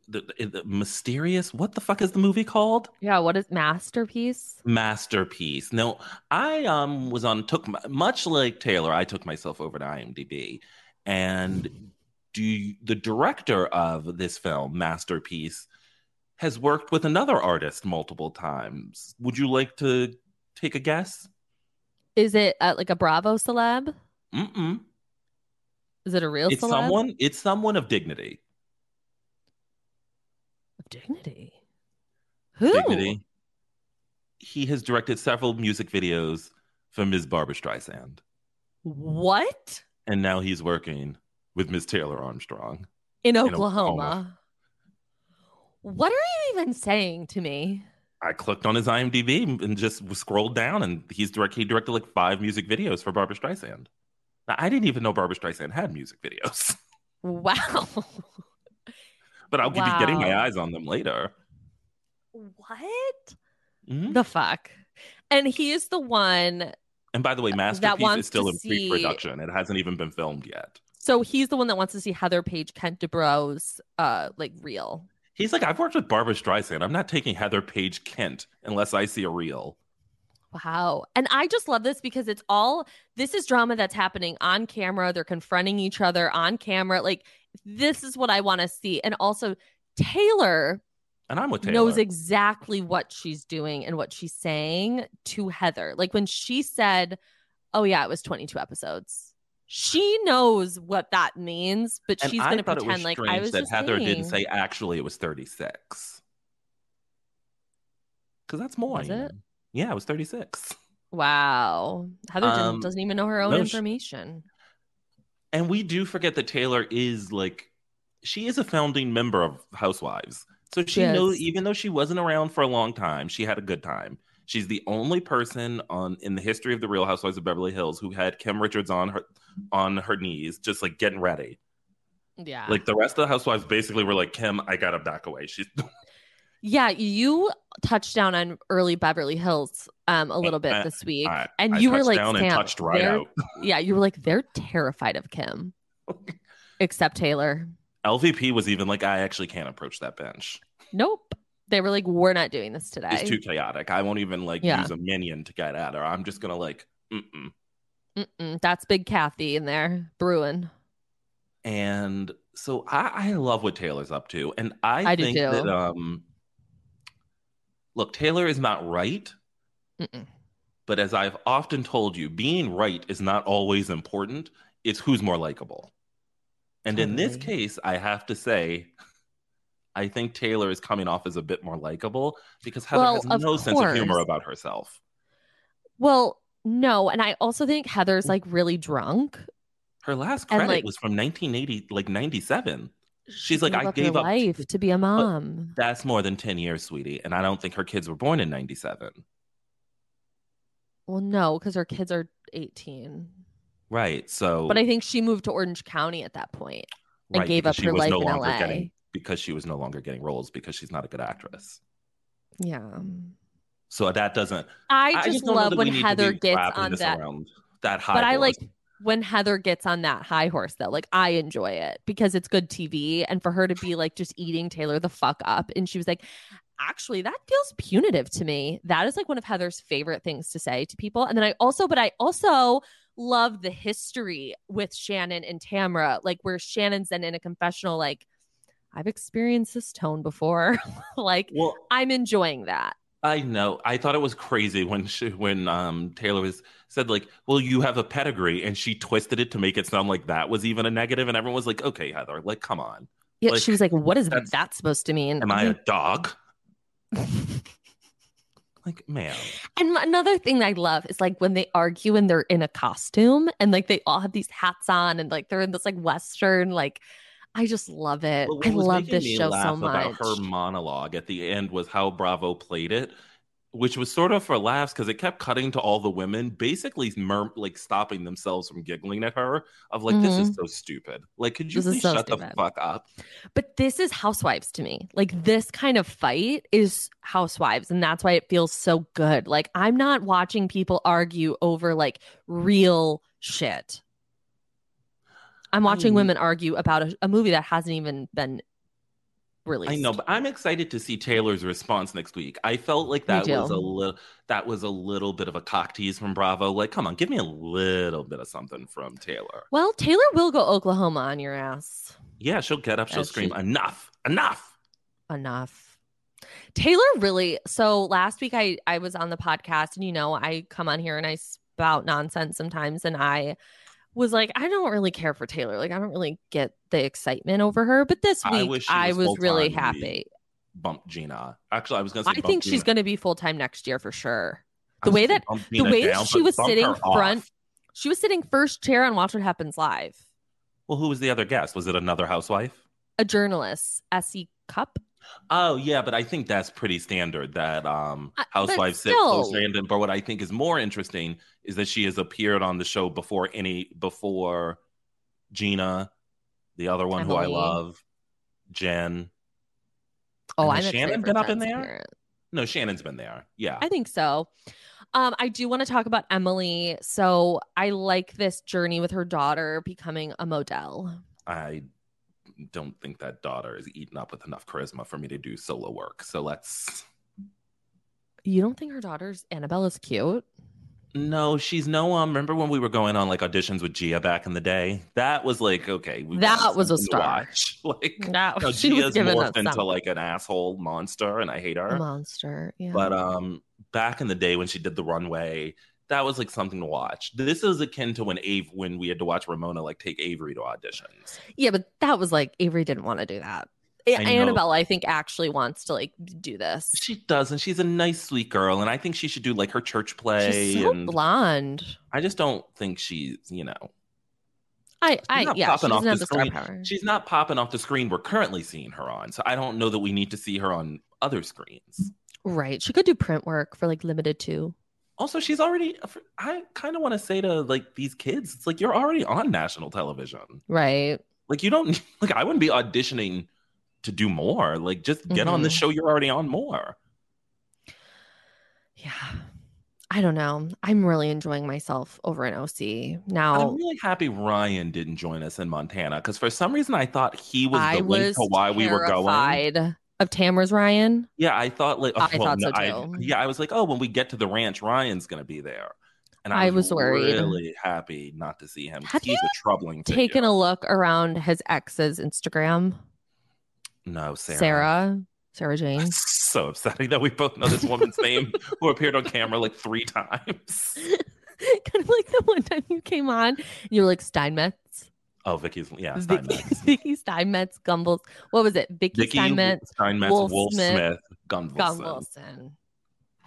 Speaker 2: the, the- the mysterious, what the fuck is the movie called?
Speaker 1: Yeah, what is masterpiece?
Speaker 2: masterpiece. Now, I um was on took my, much like Taylor, I took myself over to IMDb, and do the director of this film, masterpiece, has worked with another artist multiple times. Would you like to take a guess?
Speaker 1: Is it uh, like a Bravo celeb?
Speaker 2: Mm-mm.
Speaker 1: Is it a real
Speaker 2: It's
Speaker 1: celeb?
Speaker 2: someone. It's someone of dignity.
Speaker 1: of dignity. Who?
Speaker 2: Dignity. He has directed several music videos for Ms. Barbara Streisand,
Speaker 1: What?
Speaker 2: and now he's working with Ms. Taylor Armstrong.
Speaker 1: In Oklahoma.
Speaker 2: Oklahoma.
Speaker 1: What are you even saying to me?
Speaker 2: I clicked on his IMDb and just scrolled down, and he's direct. He directed like five music videos for Barbara Streisand. Now, I didn't even know Barbara Streisand had music videos,
Speaker 1: Wow.
Speaker 2: but I'll be getting my
Speaker 1: Wow.
Speaker 2: eyes on them later.
Speaker 1: what?
Speaker 2: Mhm.
Speaker 1: the fuck and he is the one
Speaker 2: And by the way, masterpiece
Speaker 1: wants
Speaker 2: is still
Speaker 1: to
Speaker 2: in
Speaker 1: see-
Speaker 2: pre-production; it hasn't even been filmed yet.
Speaker 1: so he's the one that wants to see heather page kent debro's uh like reel
Speaker 2: He's like, I've worked with Barbara Streisand. I'm not taking Heather Page Kent unless I see a reel.
Speaker 1: wow and i just love this because it's all this is drama that's happening on camera they're confronting each other on camera like this is what i want to see and also taylor,
Speaker 2: And I'm with Taylor.
Speaker 1: knows exactly what she's doing and what she's saying to heather like when she said oh yeah it was 22 episodes she knows what that means but
Speaker 2: and
Speaker 1: she's
Speaker 2: I
Speaker 1: going to
Speaker 2: thought it was
Speaker 1: pretend like
Speaker 2: strange
Speaker 1: i was
Speaker 2: that
Speaker 1: just
Speaker 2: Heather didn't
Speaker 1: saying.
Speaker 2: say actually it was 36 because that's more.
Speaker 1: Was it?
Speaker 2: Yeah, it was 36.
Speaker 1: Wow. Heather didn't-
Speaker 2: Um,
Speaker 1: doesn't even know her own
Speaker 2: no, she-
Speaker 1: information.
Speaker 2: And we do forget that Taylor is like she is a founding member of Housewives. So she
Speaker 1: She
Speaker 2: knows
Speaker 1: is.
Speaker 2: even though she wasn't around for a long time, she had a good time. She's the only person on in the history of the Real Housewives of Beverly Hills who had Kim Richards on her on her knees, just like getting ready.
Speaker 1: Yeah.
Speaker 2: Like the rest of the housewives basically were like, Kim, I gotta back away. She's
Speaker 1: yeah, you touched down on early Beverly Hills um a little bit
Speaker 2: I-
Speaker 1: this week.
Speaker 2: I-
Speaker 1: and
Speaker 2: I
Speaker 1: you were
Speaker 2: touched
Speaker 1: like
Speaker 2: down and
Speaker 1: "Sam,
Speaker 2: touched right
Speaker 1: they're-
Speaker 2: out.
Speaker 1: Yeah, you were like they're terrified of Kim. Except Taylor.
Speaker 2: LVP was even like, I actually can't approach that bench.
Speaker 1: Nope. They were like we're not doing this today.
Speaker 2: It's too chaotic. I won't even like
Speaker 1: Yeah.
Speaker 2: use a minion to get at her. I'm just gonna like, mm-mm.
Speaker 1: Mm-mm, that's big Kathy in there brewing.
Speaker 2: and so I, I love what Taylor's up to, and I,
Speaker 1: I do
Speaker 2: think
Speaker 1: too.
Speaker 2: that um, look, Taylor is not right,
Speaker 1: Mm-mm.
Speaker 2: but as I've often told you, being right is not always important. It's who's more likable, and in this
Speaker 1: Totally.
Speaker 2: case, I have to say. I think Taylor is coming off as a bit more likable because Heather
Speaker 1: Well,
Speaker 2: has no
Speaker 1: of
Speaker 2: sense of humor
Speaker 1: course.
Speaker 2: about herself.
Speaker 1: Well, no, and I also think Heather's like really drunk.
Speaker 2: Her last
Speaker 1: And,
Speaker 2: credit
Speaker 1: like-
Speaker 2: was from 1980, like 97. She's like, I
Speaker 1: up
Speaker 2: gave
Speaker 1: her
Speaker 2: up.
Speaker 1: life to be a mom.
Speaker 2: That's more than 10 years, sweetie. And I don't think her kids were born in 97.
Speaker 1: Well, no, because her kids are 18.
Speaker 2: Right. So,
Speaker 1: But I think she moved to Orange County at that point. I
Speaker 2: right,
Speaker 1: gave
Speaker 2: because
Speaker 1: up her life in LA.
Speaker 2: getting because she was no longer getting roles because she's not a good actress.
Speaker 1: Yeah.
Speaker 2: So that doesn't.
Speaker 1: I
Speaker 2: I
Speaker 1: just,
Speaker 2: just don't know
Speaker 1: love
Speaker 2: that
Speaker 1: when
Speaker 2: we need to
Speaker 1: Heather
Speaker 2: be
Speaker 1: gets
Speaker 2: wrapping
Speaker 1: on
Speaker 2: this
Speaker 1: that.
Speaker 2: around that high.
Speaker 1: But I
Speaker 2: horse.
Speaker 1: like when Heather gets on that high horse, though. Like, I enjoy it because it's good TV. And for her to be like just eating Taylor the fuck up. And she was like, actually, that feels punitive to me. That is like one of Heather's favorite things to say to people. And then I also, but I also love the history with Shannon and Tamara, like where Shannon's then in a confessional, like, I've experienced this tone before. like,
Speaker 2: Well,
Speaker 1: I'm enjoying that.
Speaker 2: I know. I thought it was crazy when she, when um Taylor was said like, "Well, you have a pedigree," and she twisted it to make it sound like that was even a negative, and everyone was like, "Okay, Heather, like, come on."
Speaker 1: Yeah,
Speaker 2: Like,
Speaker 1: she was like, "What is
Speaker 2: that's-
Speaker 1: that supposed to mean?"
Speaker 2: Am I a dog? like, ma'am.
Speaker 1: And another thing I love is like when they argue and they're in a costume and like they all have these hats on and like they're in this like western like I just love it.
Speaker 2: Well, what
Speaker 1: I
Speaker 2: was
Speaker 1: love
Speaker 2: making
Speaker 1: this
Speaker 2: me
Speaker 1: show so
Speaker 2: laugh
Speaker 1: much.
Speaker 2: About her monologue at the end was how Bravo played it, which was sort of for laughs because it kept cutting to all the women basically mur- like stopping themselves from giggling at her of like this is so stupid. Like, could you
Speaker 1: Mm-hmm. This is
Speaker 2: please
Speaker 1: so
Speaker 2: shut the
Speaker 1: stupid.
Speaker 2: fuck up?
Speaker 1: But this is housewives to me. Like this kind of fight is housewives and that's why it feels so good. Like I'm not watching people argue over like real shit. I'm watching
Speaker 2: mean-
Speaker 1: women argue about a, a movie that hasn't even been released.
Speaker 2: I know, but I'm excited to see Taylor's response next week. I felt like
Speaker 1: Me
Speaker 2: that was
Speaker 1: too.
Speaker 2: a little that was a little bit of a cock tease from Bravo. Like, come on, give me a little bit of something from Taylor.
Speaker 1: Well, Taylor will go Oklahoma on your ass.
Speaker 2: Yeah, she'll get up, she'll
Speaker 1: Yeah, she-
Speaker 2: scream, enough, enough.
Speaker 1: enough. Taylor really so last week I I was on the podcast and you know I come on here and I spout nonsense sometimes and I was like I don't really care for Taylor like I don't really get the excitement over her but this
Speaker 2: I
Speaker 1: week I
Speaker 2: wish
Speaker 1: was,
Speaker 2: she was full-time
Speaker 1: really
Speaker 2: in the
Speaker 1: happy.
Speaker 2: bump Gina. Actually, I was gonna say
Speaker 1: I
Speaker 2: bump
Speaker 1: think she's
Speaker 2: Gina.
Speaker 1: going to be full-time next year for sure.
Speaker 2: I
Speaker 1: the
Speaker 2: was
Speaker 1: way
Speaker 2: gonna
Speaker 1: that-
Speaker 2: bump
Speaker 1: The
Speaker 2: Gina
Speaker 1: way
Speaker 2: down,
Speaker 1: she
Speaker 2: but
Speaker 1: was
Speaker 2: bump
Speaker 1: sitting
Speaker 2: her off.
Speaker 1: front she was sitting first chair on Watch What Happens Live.
Speaker 2: Well, who was the other guest? Was it another housewife?
Speaker 1: A journalist, SE Cup.
Speaker 2: Oh yeah, but I think that's pretty standard that um
Speaker 1: Uh, but
Speaker 2: housewives sit
Speaker 1: still.
Speaker 2: close random. But what I think is more interesting is that she has appeared on the show before any before Gina, the other one who I
Speaker 1: Emily.
Speaker 2: love, Jen.
Speaker 1: Oh,
Speaker 2: And
Speaker 1: I'm
Speaker 2: has
Speaker 1: excited
Speaker 2: Shannon
Speaker 1: for
Speaker 2: been up in
Speaker 1: Jen's
Speaker 2: there?
Speaker 1: appearance.
Speaker 2: No, Shannon's been there. Yeah.
Speaker 1: I think so. Um, I do want to talk about Emily. So I like this journey with her daughter becoming a model.
Speaker 2: I don't think that daughter is eaten up with enough charisma for me to do solo work. So let's
Speaker 1: You don't think her daughter's Annabella's cute?
Speaker 2: No, she's no um. Remember when we were going on like auditions with Gia back in the day? That was like okay. We
Speaker 1: That
Speaker 2: got
Speaker 1: was a
Speaker 2: something to
Speaker 1: star.
Speaker 2: watch. Like
Speaker 1: No,
Speaker 2: no,
Speaker 1: she was
Speaker 2: Gia's
Speaker 1: given us
Speaker 2: morphed into
Speaker 1: something.
Speaker 2: like an asshole monster, and I hate
Speaker 1: a
Speaker 2: her.
Speaker 1: monster. Yeah.
Speaker 2: But um, back in the day when she did the runway, that was like something to watch. This is akin to when Ave when we had to watch Ramona like take Avery to auditions.
Speaker 1: yeah, but that was like Avery didn't want to do that. A-
Speaker 2: I know.
Speaker 1: Annabella, I think, actually wants to like do this.
Speaker 2: She doesn't. She's a nice, sweet girl, and I think she should do like her church play.
Speaker 1: She's so
Speaker 2: and
Speaker 1: blonde.
Speaker 2: I just don't think she's you know
Speaker 1: I, I,
Speaker 2: not
Speaker 1: yeah, she
Speaker 2: popping off
Speaker 1: doesn't have
Speaker 2: the
Speaker 1: the star
Speaker 2: screen.
Speaker 1: power.
Speaker 2: She's not popping off the screen we're currently seeing her on. So I don't know that we need to see her on other screens.
Speaker 1: right. She could do print work for like limited two.
Speaker 2: Also, she's already I kind of want to say to like these kids, it's like you're already on national television.
Speaker 1: Right.
Speaker 2: Like you don't like I wouldn't be auditioning to do more. Like just get on the
Speaker 1: Mhm.
Speaker 2: show you're already on more.
Speaker 1: Yeah. I don't know. I'm really enjoying myself over in OC. Now
Speaker 2: I'm really happy Ryan didn't join us in Montana because for some reason I thought he was
Speaker 1: I
Speaker 2: the
Speaker 1: was
Speaker 2: link to why we were going.
Speaker 1: terrified of Tamara's Ryan.
Speaker 2: Yeah, I thought like
Speaker 1: I thought so,
Speaker 2: I-
Speaker 1: too.
Speaker 2: yeah, I was like, oh, when we get to the ranch, Ryan's gonna be there, and
Speaker 1: I was worried.
Speaker 2: Really happy not to see him. 'cause
Speaker 1: Have
Speaker 2: He's
Speaker 1: you
Speaker 2: a troubling figure.
Speaker 1: Taking a look around his ex's Instagram,
Speaker 2: no Sarah.
Speaker 1: Sarah, Sarah Jane.
Speaker 2: So upsetting that we both know this woman's name who appeared on camera like three times.
Speaker 1: kind of like the one time you came on, you were like Steinmetz,
Speaker 2: Oh, Vicky's yeah,
Speaker 1: Vicky,
Speaker 2: Steinmetz.
Speaker 1: Vicky Steinmetz, Gumbles. What was it? Vicky,
Speaker 2: Vicky
Speaker 1: Steinmetz,
Speaker 2: Steinmetz,
Speaker 1: Wolf
Speaker 2: Wolf, Smith,
Speaker 1: Gun
Speaker 2: Gunvalson.
Speaker 1: Wilson.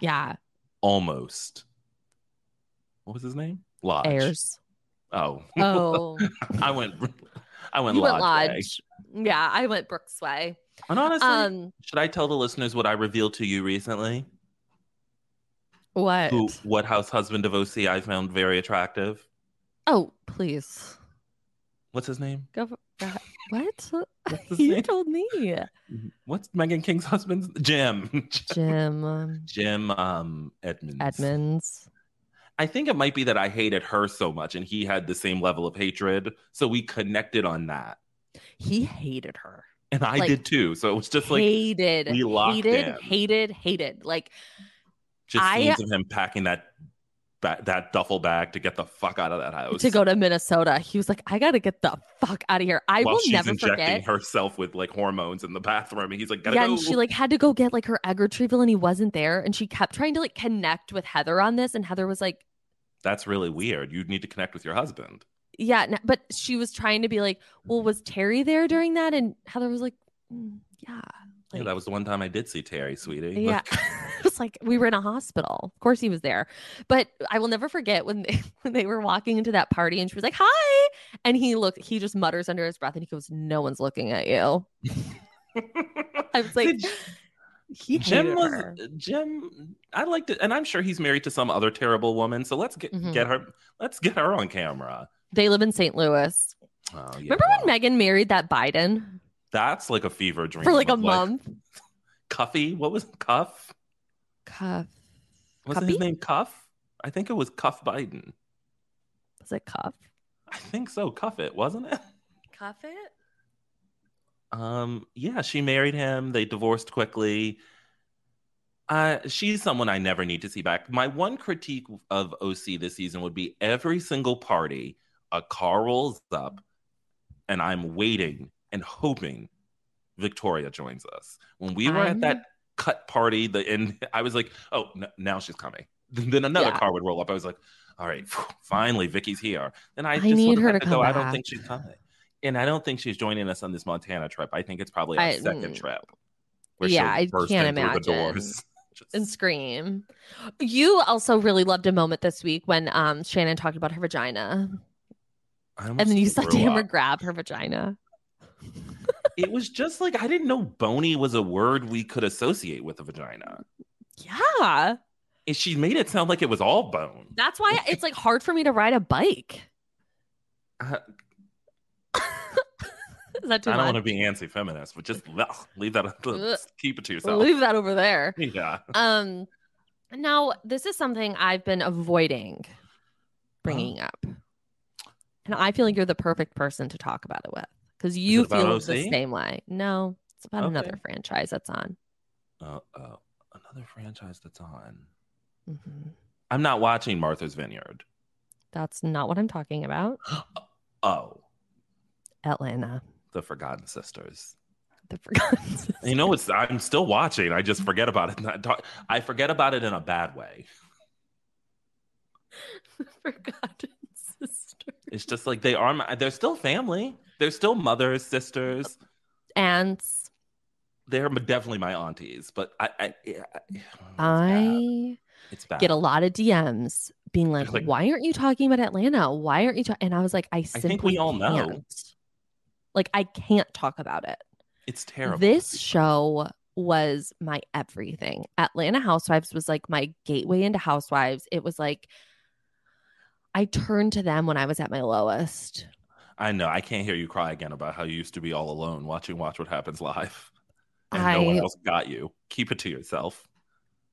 Speaker 1: Yeah,
Speaker 2: Almost. What was his name? Lodge.
Speaker 1: Ayers.
Speaker 2: Oh,
Speaker 1: Oh,
Speaker 2: I went. I went
Speaker 1: you went
Speaker 2: Lodge. way.
Speaker 1: Lodge. Yeah, I went Brooks Way.
Speaker 2: And honestly,
Speaker 1: Um,
Speaker 2: Should I tell the listeners what I revealed to you recently?
Speaker 1: what?
Speaker 2: Who, what house husband of OC I found very attractive?
Speaker 1: Oh, please.
Speaker 2: What's his name?
Speaker 1: Go for, go ahead. what?
Speaker 2: What's his
Speaker 1: you
Speaker 2: name?
Speaker 1: told me, Mm-hmm.
Speaker 2: What's Megan King's husband's Jim?
Speaker 1: Jim um,
Speaker 2: Jim um, Edmonds.
Speaker 1: Edmonds.
Speaker 2: I think it might be that I hated her so much, and he had the same level of hatred, so we connected on that,
Speaker 1: He hated her.
Speaker 2: and I
Speaker 1: Like,
Speaker 2: did too. So it was just like
Speaker 1: hated,
Speaker 2: we locked
Speaker 1: hated,
Speaker 2: in.
Speaker 1: hated, hated. Like
Speaker 2: just
Speaker 1: I-
Speaker 2: scenes of him packing that ba- that duffel bag to get the fuck out of that house
Speaker 1: to go to Minnesota, he was like, "I gotta get the fuck out of here." I
Speaker 2: while
Speaker 1: will
Speaker 2: she's
Speaker 1: never
Speaker 2: injecting
Speaker 1: forget.
Speaker 2: herself with like hormones in the bathroom, and he's like, "Gotta
Speaker 1: yeah,
Speaker 2: go."
Speaker 1: and she like had to go get like her egg retrieval, and he wasn't there, and she kept trying to like connect with Heather on this, and Heather was like,
Speaker 2: that's really weird. You need to connect with your husband.
Speaker 1: yeah, no- but she was trying to be like, well, was Terry there during that? And Heather was like, "Mm, yeah.
Speaker 2: Yeah,
Speaker 1: Like-
Speaker 2: that was the one time I did see Terry, sweetie.
Speaker 1: Yeah.
Speaker 2: Like,
Speaker 1: it was like we were in a hospital. Of course he was there. But I will never forget when they, when they were walking into that party and she was like, "Hi." And he looked he just mutters under his breath and he goes, "No one's looking at you." I was like,
Speaker 2: Did-
Speaker 1: he
Speaker 2: Jim
Speaker 1: hated
Speaker 2: was
Speaker 1: her.
Speaker 2: Jim. I liked it, and I'm sure he's married to some other terrible woman. So let's get
Speaker 1: Mhm.
Speaker 2: get her. Let's get her on camera.
Speaker 1: They live in St. Louis.
Speaker 2: Oh, yeah,
Speaker 1: Remember
Speaker 2: wow.
Speaker 1: when Megan married that Biden
Speaker 2: That's like a fever dream
Speaker 1: for like a
Speaker 2: of,
Speaker 1: month?
Speaker 2: Cuffy, what was Cuff?
Speaker 1: Cuff.
Speaker 2: Wasn't
Speaker 1: Cuffy?
Speaker 2: his name Cuff? I think it was Cuff Biden.
Speaker 1: Was it cuff?
Speaker 2: I think so. Cuff it, wasn't it?
Speaker 1: Cuff it?
Speaker 2: Um, yeah, she married him. They divorced quickly. Uh, she's someone I never need to see back. My one critique of OC this season would be every single party, a car rolls up, and I'm waiting and hoping Victoria joins us. When we were
Speaker 1: I'm-
Speaker 2: at that cut party, the end, I was like, oh, n- now she's coming. Then another
Speaker 1: Yeah.
Speaker 2: car would roll up. I was like, all right, phew, finally, Vicky's here. And I,
Speaker 1: I
Speaker 2: just
Speaker 1: need
Speaker 2: sort of
Speaker 1: her to
Speaker 2: acted,
Speaker 1: come
Speaker 2: though I don't think
Speaker 1: back.
Speaker 2: she's coming. And I don't think she's joining us on this Montana trip. I think it's probably
Speaker 1: I-
Speaker 2: our second
Speaker 1: mm.
Speaker 2: trip.
Speaker 1: Yeah,
Speaker 2: she'll
Speaker 1: I
Speaker 2: burst
Speaker 1: can't
Speaker 2: in through the
Speaker 1: imagine.
Speaker 2: doors. Just-
Speaker 1: and scream. You also really loved a moment this week when um Shannon talked about her vagina,
Speaker 2: I
Speaker 1: and
Speaker 2: almost
Speaker 1: then you saw
Speaker 2: threw
Speaker 1: Tamara
Speaker 2: up.
Speaker 1: grab her vagina.
Speaker 2: It was just like I didn't know bony was a word we could associate with a vagina.
Speaker 1: Yeah,
Speaker 2: And she made it sound like it was all bone.
Speaker 1: that's why it's like hard for me to ride a bike.
Speaker 2: I,
Speaker 1: Is that too
Speaker 2: I don't
Speaker 1: much?
Speaker 2: want to be anti-feminist, but just ugh, leave that.
Speaker 1: Ugh.
Speaker 2: keep it to yourself.
Speaker 1: Leave that over there.
Speaker 2: yeah.
Speaker 1: Um, now this is something I've been avoiding bringing
Speaker 2: Uh-huh.
Speaker 1: up, and I feel like you're the perfect person to talk about it with because you
Speaker 2: it about
Speaker 1: feel the
Speaker 2: OC?
Speaker 1: same way. No, it's about another
Speaker 2: Okay.
Speaker 1: franchise that's on.
Speaker 2: Uh, uh, another franchise that's on.
Speaker 1: Mhm.
Speaker 2: I'm not watching Martha's Vineyard.
Speaker 1: That's not what I'm talking about.
Speaker 2: Oh,
Speaker 1: Atlanta.
Speaker 2: the Forgotten Sisters.
Speaker 1: The Forgotten
Speaker 2: You know, it's I'm still watching. I just forget about it. Not talk- I forget about it in a bad way.
Speaker 1: Forgotten Sister.
Speaker 2: It's just like they are. My, they're still family. They're still mothers, sisters.
Speaker 1: Ants.
Speaker 2: They're definitely my aunties. But I, I, yeah, it's bad.
Speaker 1: I
Speaker 2: it's bad.
Speaker 1: get a lot of DMs being like,
Speaker 2: Like-
Speaker 1: why aren't you talking about Atlanta? Why aren't you talking? And I was like, I simply
Speaker 2: think we all know.
Speaker 1: can't. Like, I can't talk about it.
Speaker 2: It's terrible.
Speaker 1: This show was my everything. Atlanta Housewives was like my gateway into Housewives. It was like, I turned to them when I was at my lowest.
Speaker 2: I know. I can't hear you cry again about how you used to be all alone watching Watch What Happens Live, and
Speaker 1: I
Speaker 2: no one else got you. Keep it to yourself.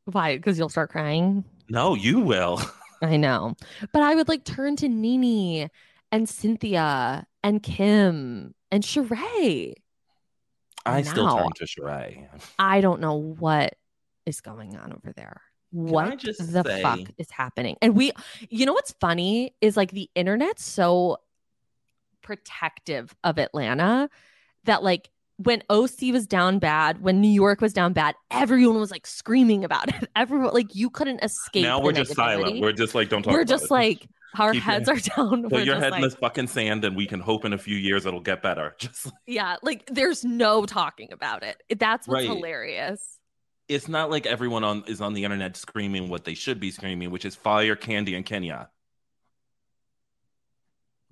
Speaker 1: Why? Because you'll start crying.
Speaker 2: No, you will.
Speaker 1: I know. But I would like turn to Nene and Cynthia and Kim and Sheree.
Speaker 2: I still
Speaker 1: Now-
Speaker 2: turn to Sheree.
Speaker 1: I don't know what is going on over there.
Speaker 2: I
Speaker 1: What
Speaker 2: just
Speaker 1: the
Speaker 2: say-
Speaker 1: fuck is happening? And we, you know what's funny is like the internet's so protective of Atlanta that like when OC was down bad, when New York was down bad, everyone was like screaming about it. Everyone, like you couldn't escape.
Speaker 2: Now
Speaker 1: the
Speaker 2: we're just
Speaker 1: negativity.
Speaker 2: silent. We're just like don't talk.
Speaker 1: we're
Speaker 2: about
Speaker 1: just
Speaker 2: it.
Speaker 1: like our
Speaker 2: Keep your-
Speaker 1: heads are down.
Speaker 2: Put
Speaker 1: we're
Speaker 2: your
Speaker 1: just
Speaker 2: head in
Speaker 1: like,
Speaker 2: the fucking sand, and we can hope in a few years it'll get better. Just like,
Speaker 1: yeah, like there's no talking about it. That's what's
Speaker 2: Right.
Speaker 1: hilarious.
Speaker 2: it's not like everyone on is on the internet screaming what they should be screaming, which is fire, candy, and Kenya.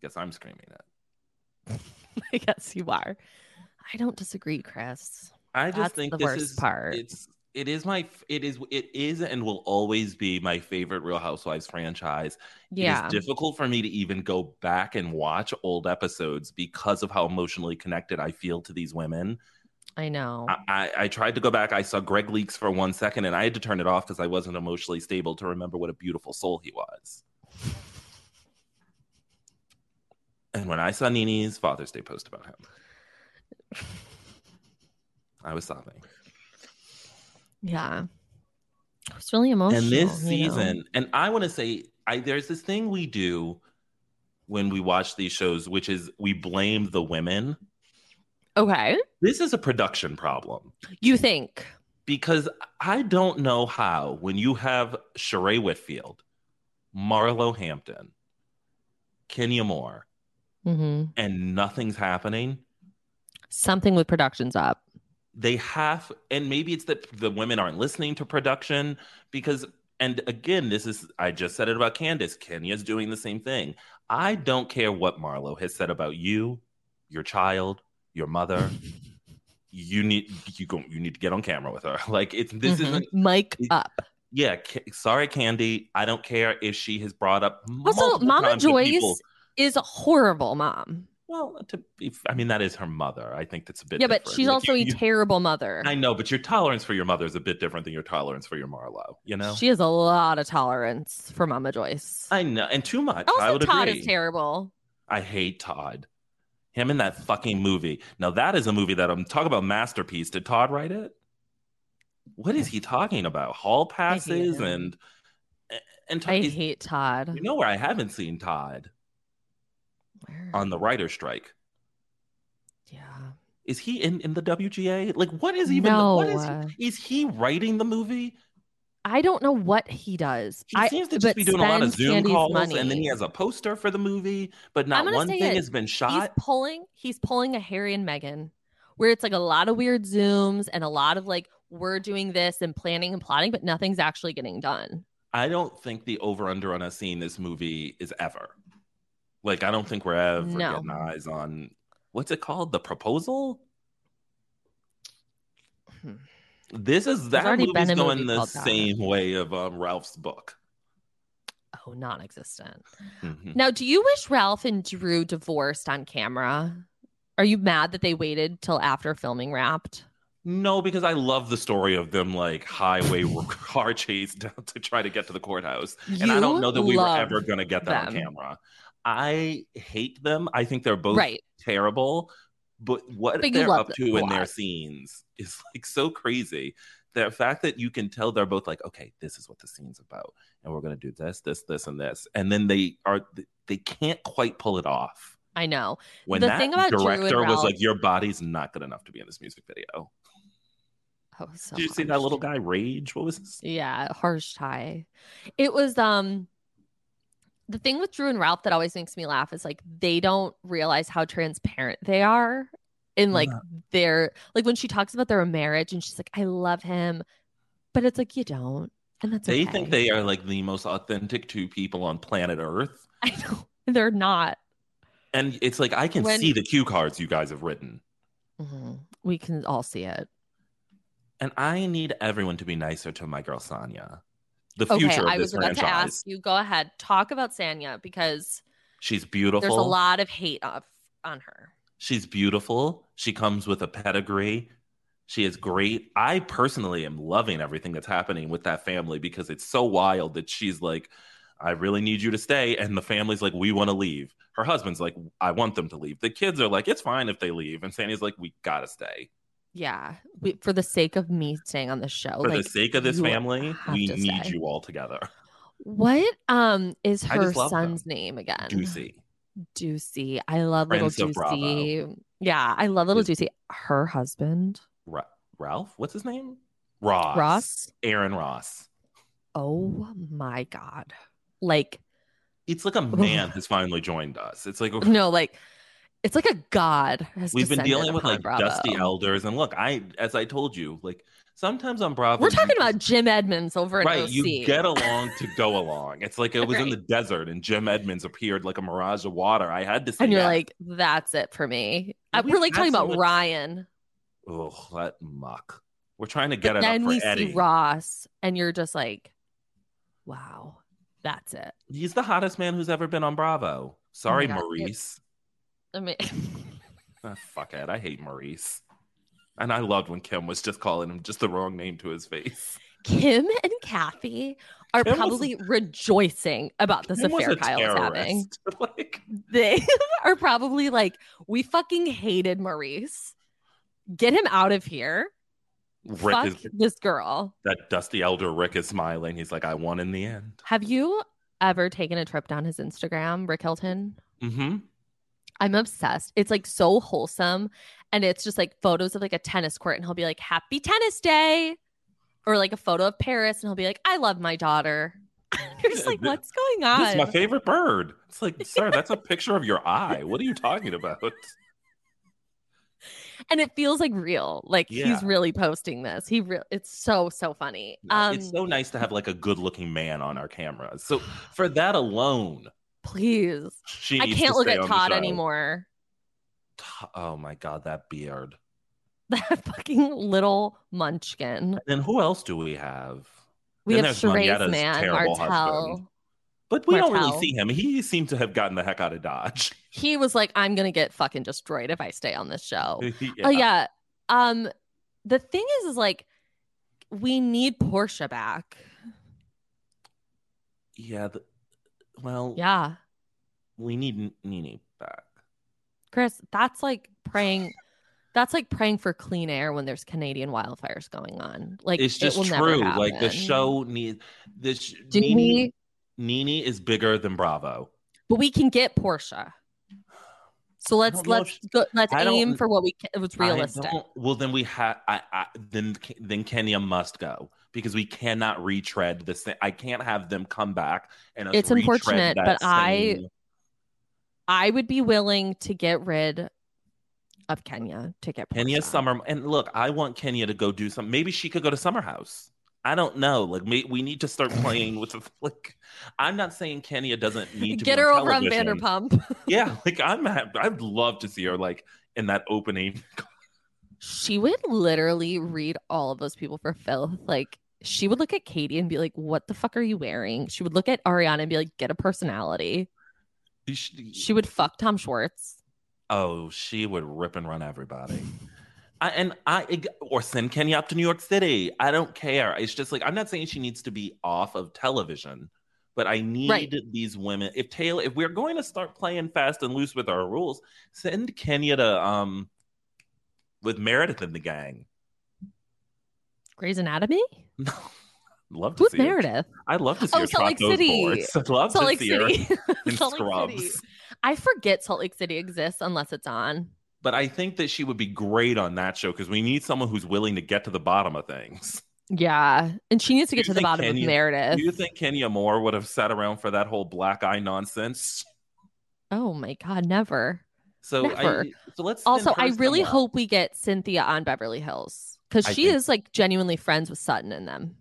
Speaker 2: Guess I'm screaming it.
Speaker 1: I guess you are. I don't disagree, Chris.
Speaker 2: I just
Speaker 1: That's
Speaker 2: think
Speaker 1: the
Speaker 2: this
Speaker 1: worst
Speaker 2: is
Speaker 1: part.
Speaker 2: It's it is my f- it is it is and will always be my favorite Real Housewives franchise.
Speaker 1: Yeah.
Speaker 2: It is difficult for me to even go back and watch old episodes because of how emotionally connected I feel to these women.
Speaker 1: I know.
Speaker 2: I, I, I tried to go back. I saw Greg Leaks for one second, and I had to turn it off because I wasn't emotionally stable to remember what a beautiful soul he was. And when I saw Nini's Father's Day post about him, I was sobbing.
Speaker 1: yeah. It's really emotional.
Speaker 2: and this
Speaker 1: you know?
Speaker 2: season, and I want to say, I there's this thing we do when we watch these shows, which is we blame the women.
Speaker 1: Okay.
Speaker 2: This is a production problem.
Speaker 1: You think.
Speaker 2: because I don't know how when you have Sheree Whitfield, Marlo Hampton, Kenya Moore,
Speaker 1: Mm-hmm.
Speaker 2: and nothing's happening,
Speaker 1: Something with production's up.
Speaker 2: they have and maybe it's that the women aren't listening to production because and again this is i just said it about candace kenya's doing the same thing i don't care what marlo has said about you your child your mother you need you go you need to get on camera with her like it's this
Speaker 1: Mhm.
Speaker 2: isn't
Speaker 1: mic up.
Speaker 2: yeah Ca- sorry candy i don't care if she has brought up
Speaker 1: Also,
Speaker 2: multiple
Speaker 1: Mama
Speaker 2: times with
Speaker 1: Joyce
Speaker 2: people-
Speaker 1: is a horrible mom.
Speaker 2: well to be, i mean that is her mother i think that's a bit
Speaker 1: Yeah, but
Speaker 2: different.
Speaker 1: she's
Speaker 2: Like,
Speaker 1: also
Speaker 2: you-
Speaker 1: a
Speaker 2: you-
Speaker 1: terrible mother.
Speaker 2: I know, but your tolerance for your mother is a bit different than your tolerance for your Marlowe, you know?
Speaker 1: She has a lot of tolerance for Mama Joyce.
Speaker 2: I know, and too much. I
Speaker 1: also,
Speaker 2: would
Speaker 1: Todd
Speaker 2: agree.
Speaker 1: is terrible.
Speaker 2: I hate Todd. Him in that fucking movie. Now that is a movie that I'm talking about masterpiece. Did Todd write it? What is he talking about? Hall passes
Speaker 1: him.
Speaker 2: and and Todd,
Speaker 1: I
Speaker 2: he's-
Speaker 1: hate Todd.
Speaker 2: you know where I haven't seen Todd
Speaker 1: Where-
Speaker 2: on the writer strike.
Speaker 1: yeah.
Speaker 2: Is he in, in the WGA? Like what is even what is
Speaker 1: No.
Speaker 2: he, is he writing the movie?
Speaker 1: I don't know what he does.
Speaker 2: He
Speaker 1: I,
Speaker 2: seems to
Speaker 1: but
Speaker 2: just be doing a lot of
Speaker 1: spends
Speaker 2: Zoom
Speaker 1: Candy's
Speaker 2: calls,
Speaker 1: money.
Speaker 2: and then he has a poster for the movie, but not
Speaker 1: gonna
Speaker 2: one
Speaker 1: say
Speaker 2: thing
Speaker 1: it.
Speaker 2: has been
Speaker 1: he's
Speaker 2: shot.
Speaker 1: pulling he's pulling a Harry and Meghan, where it's like a lot of weird zooms and a lot of like we're doing this and planning and plotting, but nothing's actually getting done.
Speaker 2: I don't think the over under on us seeing this movie is ever. Like, I don't think we're ever
Speaker 1: No.
Speaker 2: getting eyes on what's it called? The proposal.
Speaker 1: Hmm.
Speaker 2: This is that
Speaker 1: already
Speaker 2: movie's
Speaker 1: been a
Speaker 2: going
Speaker 1: movie
Speaker 2: the
Speaker 1: called that.
Speaker 2: same way of um, Ralph's book.
Speaker 1: Oh, non-existent.
Speaker 2: Mhm.
Speaker 1: Now, do you wish Ralph and Drew divorced on camera? Are you mad that they waited till after filming wrapped?
Speaker 2: No, because I love the story of them like highway car chase down to try to get to the courthouse. and I don't
Speaker 1: You
Speaker 2: know that we were
Speaker 1: love
Speaker 2: ever going to get that on
Speaker 1: them.
Speaker 2: camera. I hate them. I think they're both
Speaker 1: right.
Speaker 2: terrible, but what
Speaker 1: But you
Speaker 2: they're
Speaker 1: love
Speaker 2: up
Speaker 1: them
Speaker 2: to
Speaker 1: a
Speaker 2: in their
Speaker 1: lot.
Speaker 2: scenes is like so crazy. The fact that you can tell they're both like, okay, this is what the scene's about, and we're going to do this, this, this, and this, and then they are they can't quite pull it off.
Speaker 1: I know.
Speaker 2: When
Speaker 1: The
Speaker 2: that
Speaker 1: thing about Drew and
Speaker 2: director was
Speaker 1: Ralph-
Speaker 2: like, "Your body's not good enough to be in this music video."
Speaker 1: Oh, so
Speaker 2: Did you see that
Speaker 1: harsh.
Speaker 2: little guy rage? What was his
Speaker 1: Yeah, harsh tie. It was um the thing with Drew and Ralph that always makes me laugh is like they don't realize how transparent they are in like
Speaker 2: Yeah.
Speaker 1: their like when she talks about their marriage and she's like, I love him, but it's like you don't. And that's
Speaker 2: They
Speaker 1: okay.
Speaker 2: think they are like the most authentic two people on planet Earth.
Speaker 1: I know they're not.
Speaker 2: And it's like, I can
Speaker 1: When-
Speaker 2: see the cue cards you guys have written. Mm-hmm.
Speaker 1: Mhm. We can all see it.
Speaker 2: And I need everyone to be nicer to my girl, Sonya. The future
Speaker 1: Okay,
Speaker 2: of
Speaker 1: I
Speaker 2: this
Speaker 1: was about
Speaker 2: franchise.
Speaker 1: to ask you. Go ahead, talk about Sanya because
Speaker 2: She's beautiful.
Speaker 1: there's a lot of hate of, on her.
Speaker 2: She's beautiful. She comes with a pedigree. She is great. I personally am loving everything that's happening with that family because it's so wild that she's like, I really need you to stay. And the family's like, we want to leave. Her husband's like, I want them to leave. The kids are like, it's fine if they leave. And Sandy's like, we got to stay.
Speaker 1: Yeah, we, for the sake of me staying on the show,
Speaker 2: For
Speaker 1: like,
Speaker 2: the sake of this
Speaker 1: Oh you
Speaker 2: family,
Speaker 1: have
Speaker 2: we
Speaker 1: to
Speaker 2: need
Speaker 1: stay.
Speaker 2: you all together.
Speaker 1: What um is
Speaker 2: I
Speaker 1: her
Speaker 2: just love
Speaker 1: son's name again?
Speaker 2: Juicy.
Speaker 1: Juicy. I love
Speaker 2: Prince
Speaker 1: little
Speaker 2: of Bravo.
Speaker 1: Juicy. Yeah, I love little
Speaker 2: Is-
Speaker 1: Juicy. Her husband,
Speaker 2: Ra- Ralph? What's his name? Ross.
Speaker 1: Ross.
Speaker 2: Aaron Ross.
Speaker 1: Oh my god. Like
Speaker 2: It's like a man has finally joined us. It's like
Speaker 1: no, like it's like a god. has
Speaker 2: we've been
Speaker 1: descended
Speaker 2: dealing with
Speaker 1: upon
Speaker 2: like
Speaker 1: Bravo.
Speaker 2: dusty elders. And look, I as I told you, like sometimes on Bravo,
Speaker 1: We're
Speaker 2: you
Speaker 1: talking
Speaker 2: just-
Speaker 1: about Jim Edmonds over at
Speaker 2: right.
Speaker 1: OC.
Speaker 2: You get along to go along. It's like it was in
Speaker 1: Right.
Speaker 2: the desert, and Jim Edmonds appeared like a mirage of water. I had to say,
Speaker 1: and you're
Speaker 2: yes.
Speaker 1: like, that's it for me.
Speaker 2: And
Speaker 1: Uh,
Speaker 2: we
Speaker 1: We're like
Speaker 2: had
Speaker 1: talking about
Speaker 2: someone-
Speaker 1: Ryan.
Speaker 2: oh, that muck. We're trying to get
Speaker 1: But
Speaker 2: it
Speaker 1: then
Speaker 2: up
Speaker 1: we
Speaker 2: for Eddie.
Speaker 1: see Ross, and you're just like, wow, that's it.
Speaker 2: He's the hottest man who's ever been on Bravo. Sorry,
Speaker 1: Oh God, it-
Speaker 2: Maurice.
Speaker 1: I mean.
Speaker 2: Ah, fuck it. I hate Maurice. And I loved when Kim was just calling him just the wrong name to his face.
Speaker 1: Kim and Kathy are
Speaker 2: Kim was-
Speaker 1: probably rejoicing about this
Speaker 2: Kim was
Speaker 1: affair
Speaker 2: a
Speaker 1: Kyle is having.
Speaker 2: terrorist. Like,
Speaker 1: They are probably like, we fucking hated Maurice. Get him out of here.
Speaker 2: Rick
Speaker 1: Fuck
Speaker 2: is
Speaker 1: this girl.
Speaker 2: that dusty elder Rick is smiling. He's like, I won in the end.
Speaker 1: Have you ever taken a trip down his Instagram, Rick Hilton?
Speaker 2: Mm-hmm.
Speaker 1: I'm obsessed. It's like so wholesome. And it's just like photos of like a tennis court, and he'll be like, Happy tennis day. Or like a photo of Paris, and he'll be like, I love my daughter. You're just like, what's going on?
Speaker 2: This is my favorite bird. It's like, sir, that's a picture of your eye. What are you talking about?
Speaker 1: and it feels like real. Like
Speaker 2: Yeah.
Speaker 1: he's really posting this. He real. It's so so funny. um,
Speaker 2: it's so nice to have like a good looking man on our camera. So for that alone,
Speaker 1: please,
Speaker 2: she
Speaker 1: I
Speaker 2: needs
Speaker 1: can't
Speaker 2: to
Speaker 1: look
Speaker 2: stay
Speaker 1: at
Speaker 2: on the
Speaker 1: Todd
Speaker 2: show.
Speaker 1: anymore.
Speaker 2: To- Oh my god, that beard.
Speaker 1: That fucking little munchkin.
Speaker 2: And who else do we have?
Speaker 1: We
Speaker 2: Then
Speaker 1: have
Speaker 2: there's
Speaker 1: Sheree's
Speaker 2: Marietta's
Speaker 1: man,
Speaker 2: terrible
Speaker 1: Martel.
Speaker 2: husband. But we don't
Speaker 1: Martel.
Speaker 2: really see him. He seemed to have gotten the heck out of Dodge.
Speaker 1: He was like, I'm gonna get fucking destroyed if I stay on this show.
Speaker 2: Yeah.
Speaker 1: Oh yeah. Um, the thing is, is like, we need Portia back.
Speaker 2: Yeah, the- well,
Speaker 1: Yeah,
Speaker 2: we need N- Nene back.
Speaker 1: Chris, that's like praying. That's like praying for clean air when there's Canadian wildfires going on. Like
Speaker 2: it's
Speaker 1: it will
Speaker 2: just
Speaker 1: never
Speaker 2: true. Like the
Speaker 1: happen.
Speaker 2: show needs this.
Speaker 1: Do
Speaker 2: Nene,
Speaker 1: we?
Speaker 2: Nene is bigger than Bravo.
Speaker 1: But we can get Portia. So let's
Speaker 2: don't know if
Speaker 1: let's go, let's
Speaker 2: I don't-
Speaker 1: aim for what we can, what's
Speaker 2: I
Speaker 1: realistic.
Speaker 2: don't- Well, then we have. I, I then Ke- then Kenya must go because we cannot retread the same. I can't have them come back and us
Speaker 1: It's
Speaker 2: retread
Speaker 1: unfortunate,
Speaker 2: that
Speaker 1: but I-
Speaker 2: same-
Speaker 1: I would be willing to get rid of Kenya to get Portia.
Speaker 2: Kenya Summer and look, I want Kenya to go do something. Maybe she could go to Summer House. I don't know. Like may, we need to start playing with the like. I'm not saying Kenya doesn't need to
Speaker 1: Get
Speaker 2: be
Speaker 1: her
Speaker 2: on
Speaker 1: over on
Speaker 2: television.
Speaker 1: Vanderpump.
Speaker 2: Yeah, like I'm. ha- I'd love to see her like in that opening.
Speaker 1: She would literally read all of those people for filth. Like she would look at Katie and be like, "What the fuck are you wearing?" She would look at Ariana and be like, "Get a personality."
Speaker 2: She-
Speaker 1: She would fuck Tom Schwartz.
Speaker 2: Oh, she would rip and run everybody. I, and I or send Kenya up to New York City. I don't care. It's just like I'm not saying she needs to be off of television, but I need these women. If Taylor, if we're going to start playing fast and loose with our rules, send Kenya to um with Meredith in the gang.
Speaker 1: Grey's Anatomy.
Speaker 2: love to
Speaker 1: Who's
Speaker 2: see her.
Speaker 1: Meredith?
Speaker 2: I'd love to see
Speaker 1: Oh,
Speaker 2: her
Speaker 1: Salt
Speaker 2: trot
Speaker 1: Lake
Speaker 2: those
Speaker 1: City.
Speaker 2: boards. I'd love
Speaker 1: Salt
Speaker 2: to
Speaker 1: Lake
Speaker 2: see her
Speaker 1: City.
Speaker 2: in
Speaker 1: Salt Lake
Speaker 2: scrubs.
Speaker 1: City. I forget Salt Lake City exists unless it's on.
Speaker 2: But I think that she would be great on that show because we need someone who's willing to get to the bottom of things.
Speaker 1: Yeah. And she needs to
Speaker 2: Do
Speaker 1: get to
Speaker 2: you
Speaker 1: the
Speaker 2: think
Speaker 1: bottom
Speaker 2: Kenya-
Speaker 1: of Meredith.
Speaker 2: Do you think Kenya Moore would have sat around for that whole black eye nonsense?
Speaker 1: oh my God, never.
Speaker 2: So,
Speaker 1: Never.
Speaker 2: I, so let's. send
Speaker 1: Also,
Speaker 2: her
Speaker 1: I really
Speaker 2: somewhere.
Speaker 1: hope we get Cynthia on Beverly Hills because
Speaker 2: I
Speaker 1: she
Speaker 2: think-
Speaker 1: is like genuinely friends with Sutton and them.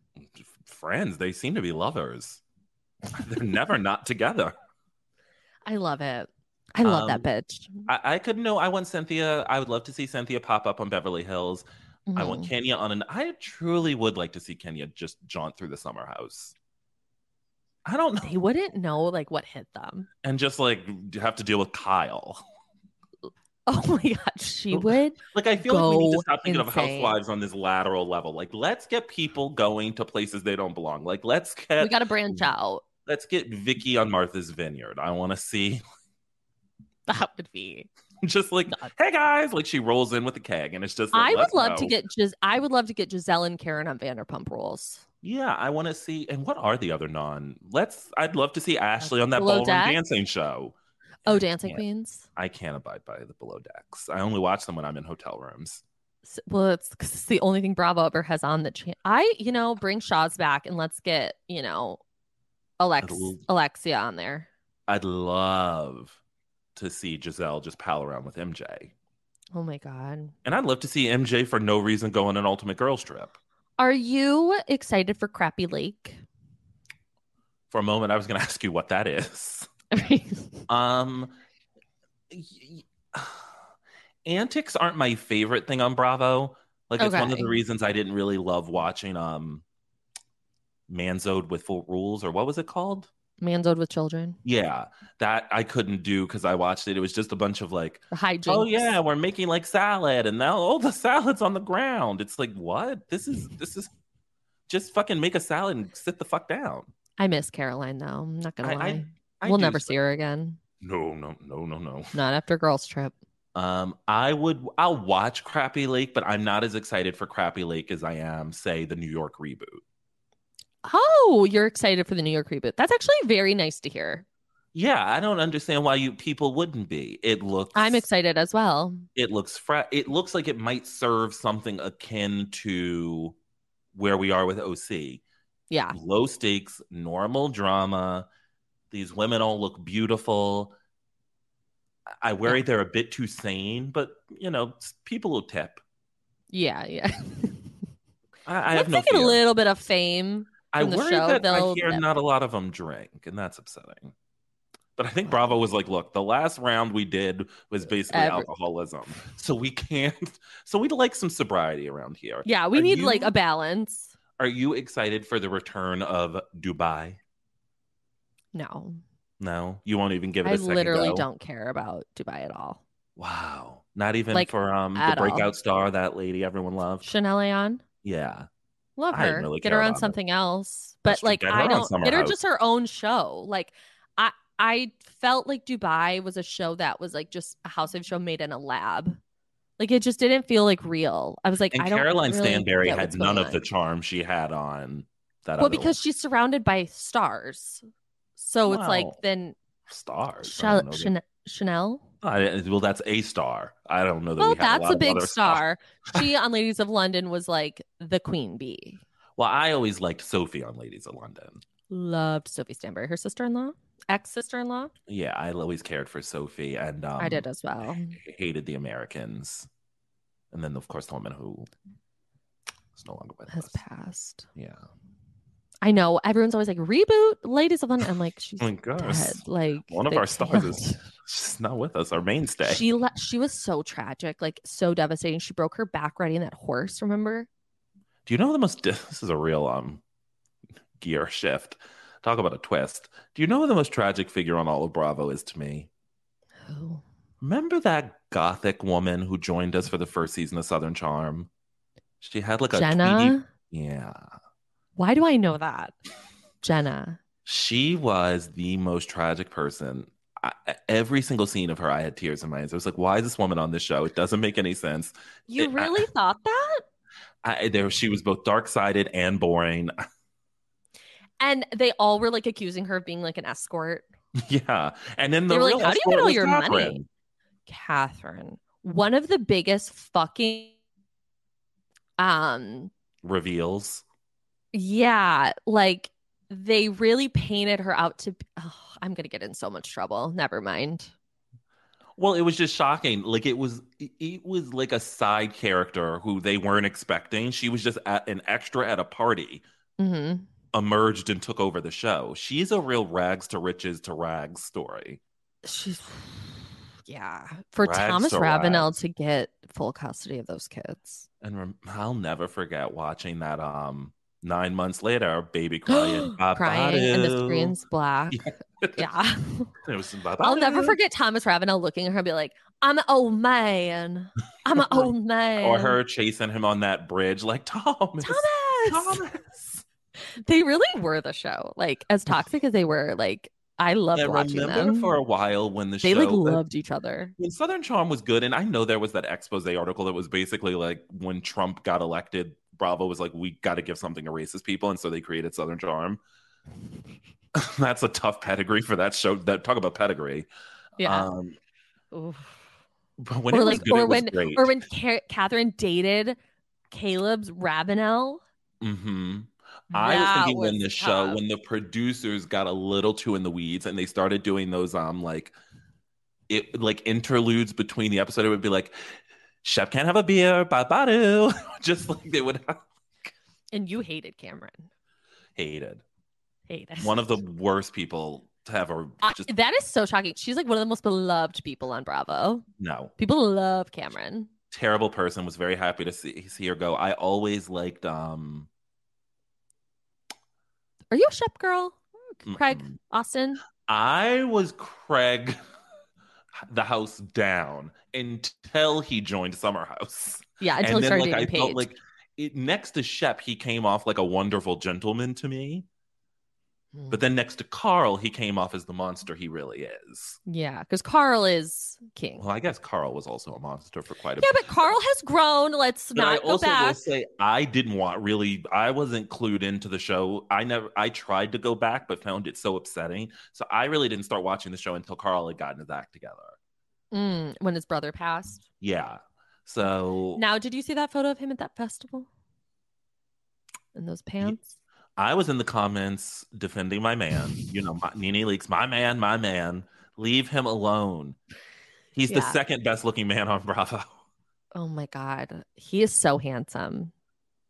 Speaker 2: friends. They seem to be lovers. They're never not together.
Speaker 1: I love it. I love
Speaker 2: Um,
Speaker 1: that bitch.
Speaker 2: I, I could know. I want Cynthia. I would love to see Cynthia pop up on Beverly Hills. I want
Speaker 1: Mhm.
Speaker 2: Kenya on an. I truly would like to see Kenya just jaunt through the summer house. I don't know,
Speaker 1: They wouldn't know like what hit them.
Speaker 2: and just like have to deal with Kyle.
Speaker 1: Oh my God. She would.
Speaker 2: Like I feel like we need
Speaker 1: go
Speaker 2: to stop thinking of
Speaker 1: insane.
Speaker 2: housewives on this lateral level. Like let's get people going to places they don't belong. Like let's
Speaker 1: We
Speaker 2: get
Speaker 1: got to branch out.
Speaker 2: let's get Vicky on Martha's Vineyard. I want to see
Speaker 1: That would be.
Speaker 2: just like
Speaker 1: Nuts.
Speaker 2: hey guys, like she rolls in with a keg and it's just
Speaker 1: I
Speaker 2: like,
Speaker 1: would
Speaker 2: let's
Speaker 1: love to
Speaker 2: go.
Speaker 1: get Gis- I would love to get Giselle and Karen on Vanderpump Rules.
Speaker 2: yeah. I want to see and what are the other non? Let's I'd love to see Ashley on that
Speaker 1: Below
Speaker 2: ballroom
Speaker 1: Deck?
Speaker 2: dancing show.
Speaker 1: Oh, Dancing
Speaker 2: Yeah.
Speaker 1: Queens.
Speaker 2: I can't abide by the below decks. I only watch them when I'm in hotel rooms.
Speaker 1: S- Well, it's 'cause it's the only thing Bravo ever has on the channel. I, you know, bring Shaw's back and let's get, you know, Alex
Speaker 2: Ooh.
Speaker 1: Alexia on there.
Speaker 2: I'd love to see Giselle just pal around with MJ.
Speaker 1: Oh my god.
Speaker 2: And I'd love to see MJ for no reason go on an Ultimate Girls trip.
Speaker 1: Are you excited for Crappy Lake?
Speaker 2: For a moment, I was going to ask you what that is. Um, y- y- antics aren't my favorite thing on Bravo. Like it's one of
Speaker 1: Okay.
Speaker 2: the reasons I didn't really love watching um, Manzoed with Full Rules or what was it called?
Speaker 1: Manzoed with children.
Speaker 2: Yeah, that I couldn't do because I watched it. It was just a bunch of like,
Speaker 1: The hijinks.
Speaker 2: oh yeah, we're making like salad, and now all the salad's on the ground. It's like what? This is
Speaker 1: Mm.
Speaker 2: this is just fucking make a salad and sit the fuck down.
Speaker 1: I miss Caroline though. I'm not gonna
Speaker 2: I- I-
Speaker 1: lie.
Speaker 2: I
Speaker 1: we'll
Speaker 2: do
Speaker 1: never
Speaker 2: s-
Speaker 1: see her again.
Speaker 2: No, no, no, no, no.
Speaker 1: Not after Girls Trip.
Speaker 2: Um, I would. I'll watch Crappy Lake, but I'm not as excited for Crappy Lake as I am, say, the New York reboot.
Speaker 1: Oh, you're excited for the New York reboot. That's actually very nice to hear.
Speaker 2: Yeah, I don't understand why you people wouldn't be. It looks.
Speaker 1: I'm excited as well.
Speaker 2: It looks fresh. It looks like it might serve something akin to where we are with OC.
Speaker 1: Yeah.
Speaker 2: low stakes, normal drama. These women all look beautiful. I- I worry they're a bit too sane, but you know, s- people will tip.
Speaker 1: Yeah. Yeah.
Speaker 2: I, I
Speaker 1: Let's
Speaker 2: have no
Speaker 1: take it a
Speaker 2: fear.
Speaker 1: little bit of fame.
Speaker 2: I
Speaker 1: from the
Speaker 2: worry
Speaker 1: show,
Speaker 2: that I
Speaker 1: they'll
Speaker 2: hear
Speaker 1: tip.
Speaker 2: not a lot of them drink, and that's upsetting. But I think Bravo was like, "Look, the last round we did
Speaker 1: Uh,
Speaker 2: was basically
Speaker 1: Every-
Speaker 2: alcoholism, so we can't. So we'd like some sobriety around here.
Speaker 1: Yeah. We
Speaker 2: Are
Speaker 1: need like
Speaker 2: you-
Speaker 1: a balance.
Speaker 2: Are you excited for the return of Dubai?
Speaker 1: No,
Speaker 2: No, you won't even give it. a
Speaker 1: I
Speaker 2: second
Speaker 1: literally
Speaker 2: go?
Speaker 1: don't care about Dubai at all.
Speaker 2: Wow. Not even
Speaker 1: Like,
Speaker 2: for um the
Speaker 1: at all.
Speaker 2: breakout star, that lady everyone loved.
Speaker 1: Chanel Ayon,
Speaker 2: yeah.
Speaker 1: love
Speaker 2: I didn't
Speaker 1: her.
Speaker 2: really
Speaker 1: get
Speaker 2: care
Speaker 1: her on
Speaker 2: about her.
Speaker 1: something else.
Speaker 2: That's
Speaker 1: But
Speaker 2: true.
Speaker 1: like,
Speaker 2: Get her
Speaker 1: I
Speaker 2: on
Speaker 1: don't
Speaker 2: Summer
Speaker 1: get her
Speaker 2: House.
Speaker 1: just her own show. Like, I I felt like Dubai was a show that was like just a housewife show made in a lab. Like it just didn't feel like real. I was like,
Speaker 2: And
Speaker 1: I don't.
Speaker 2: Caroline
Speaker 1: really
Speaker 2: Stanberry
Speaker 1: get
Speaker 2: had
Speaker 1: what's going
Speaker 2: none of
Speaker 1: on.
Speaker 2: the charm she had on that
Speaker 1: well
Speaker 2: other
Speaker 1: because she's surrounded by stars, so it's like
Speaker 2: Wow.
Speaker 1: then
Speaker 2: star.
Speaker 1: Chal- Chane- Chanel.
Speaker 2: well, that's a star. I don't know that
Speaker 1: Well,
Speaker 2: we had
Speaker 1: that's a,
Speaker 2: lot of
Speaker 1: big
Speaker 2: other
Speaker 1: star. she on Ladies of London was like the queen bee.
Speaker 2: Well, I always liked Sophie on Ladies of London.
Speaker 1: Loved Sophie Stanberry, her sister-in-law, ex-sister-in-law.
Speaker 2: Yeah, I always cared for Sophie and um,
Speaker 1: I did as well.
Speaker 2: hated the Americans. And then of course the woman who is no longer with
Speaker 1: Has
Speaker 2: us.
Speaker 1: passed.
Speaker 2: Yeah.
Speaker 1: I know everyone's always like reboot Ladies of London. I'm like she's
Speaker 2: Oh my gosh.
Speaker 1: dead. Like
Speaker 2: One of
Speaker 1: they
Speaker 2: our stars
Speaker 1: can't.
Speaker 2: is she's not with us, our mainstay.
Speaker 1: She le- she was so tragic, like so devastating. She broke her back riding that horse. Remember?
Speaker 2: Do you know the most? This is a real um gear shift. Talk about a twist. Do you know who the most tragic figure on all of Bravo is to me?
Speaker 1: Who?
Speaker 2: Remember that gothic woman who joined us for the first season of Southern Charm? She had like a
Speaker 1: Jenna.
Speaker 2: Tweety- yeah.
Speaker 1: Why do I know that? Jenna.
Speaker 2: She was the most tragic person. I, e, every single scene of her, I had tears in my eyes. I was like, "Why is this woman on this show? It doesn't make any sense."
Speaker 1: You
Speaker 2: It- I-
Speaker 1: really thought that?
Speaker 2: I, there, she was both dark sided and boring.
Speaker 1: And they all were like accusing her of being like an escort.
Speaker 2: yeah, and then the
Speaker 1: They were like,
Speaker 2: real
Speaker 1: "How do you get
Speaker 2: escort
Speaker 1: all
Speaker 2: was
Speaker 1: your money?"
Speaker 2: Catherine.
Speaker 1: Catherine, one of the biggest fucking um
Speaker 2: reveals.
Speaker 1: yeah, like they really painted her out to be- oh, I'm going to get in so much trouble. Never mind.
Speaker 2: Well, it was just shocking. Like it was, it- it was like a side character who they weren't expecting. She was just at, an extra at a party,
Speaker 1: Mhm.
Speaker 2: emerged and took over the show. She's a real rags to riches to rags story.
Speaker 1: She's yeah, for
Speaker 2: Rags
Speaker 1: Thomas
Speaker 2: to
Speaker 1: Ravenel
Speaker 2: rags.
Speaker 1: to get full custody of those kids.
Speaker 2: And rem- I'll never forget watching that. Um, nine months later, baby crying, "Bye-bye
Speaker 1: Crying and the
Speaker 2: to-"
Speaker 1: screen's black. Yeah.
Speaker 2: It was "Bye-bye."
Speaker 1: I'll never forget Thomas Ravenel looking at her and be like, I'm an old man. I'm an old man.
Speaker 2: or her chasing him on that bridge, like Thomas,
Speaker 1: Thomas.
Speaker 2: Thomas.
Speaker 1: They really were the show. Like as toxic as they were, like I loved
Speaker 2: I
Speaker 1: watching
Speaker 2: remember
Speaker 1: them.
Speaker 2: for a while when the
Speaker 1: they
Speaker 2: show uh,
Speaker 1: like loved each other.
Speaker 2: when Southern Charm was good, and I know there was that expose article that was basically like when Trump got elected, Bravo was like, we got to give something to racist people, and so they created Southern Charm. That's a tough pedigree for that show. That talk about pedigree.
Speaker 1: Yeah.
Speaker 2: Um,
Speaker 1: Oof.
Speaker 2: but when
Speaker 1: Or
Speaker 2: it was
Speaker 1: like-
Speaker 2: good,
Speaker 1: or
Speaker 2: it was
Speaker 1: when-
Speaker 2: great.
Speaker 1: Or when Ca- Catherine dated Caleb's Ravenel.
Speaker 2: hmm I was
Speaker 1: That
Speaker 2: thinking when
Speaker 1: was
Speaker 2: the show,
Speaker 1: tough.
Speaker 2: when the producers got a little too in the weeds and they started doing those um like it like interludes between the episode, it would be like, Chef can't have a beer, bye bye just like they would have
Speaker 1: and you hated Cameron.
Speaker 2: hated.
Speaker 1: Hated.
Speaker 2: One of the worst people to have a
Speaker 1: I-
Speaker 2: just
Speaker 1: that is so shocking. She's like one of the most beloved people on Bravo.
Speaker 2: no
Speaker 1: People love Cameron.
Speaker 2: terrible person. Was very happy to see see her go. I always liked um
Speaker 1: Are you a Shep girl? Craig
Speaker 2: mm-mm.
Speaker 1: Austin.
Speaker 2: mm, I was Craig the house down until he joined Summer House.
Speaker 1: Yeah, until he
Speaker 2: and then
Speaker 1: started
Speaker 2: like I
Speaker 1: dating Paige.
Speaker 2: felt like it, next to Shep, he came off like a wonderful gentleman to me.
Speaker 1: Mm.
Speaker 2: But then next to Carl, he came off as the monster he really is.
Speaker 1: Hmm. yeah, because Carl is king.
Speaker 2: Well, I guess Carl was also a monster for quite a
Speaker 1: yeah,
Speaker 2: bit.
Speaker 1: but Carl has grown. Let's
Speaker 2: But I
Speaker 1: not go
Speaker 2: also will
Speaker 1: back.
Speaker 2: say I didn't want really I wasn't clued into the show. I never I tried to go back but found it so upsetting. So I really didn't start watching the show until Carl had gotten his act together.
Speaker 1: Mm, when his brother passed.
Speaker 2: Yeah. So
Speaker 1: Now, did you see that photo of him at that festival? In those pants?
Speaker 2: I was in the comments defending my man. You know, my, Nene Leaks, my man, my man. Leave him alone. He's the
Speaker 1: Yeah.
Speaker 2: second best looking man on Bravo,
Speaker 1: Oh my God. He is so handsome.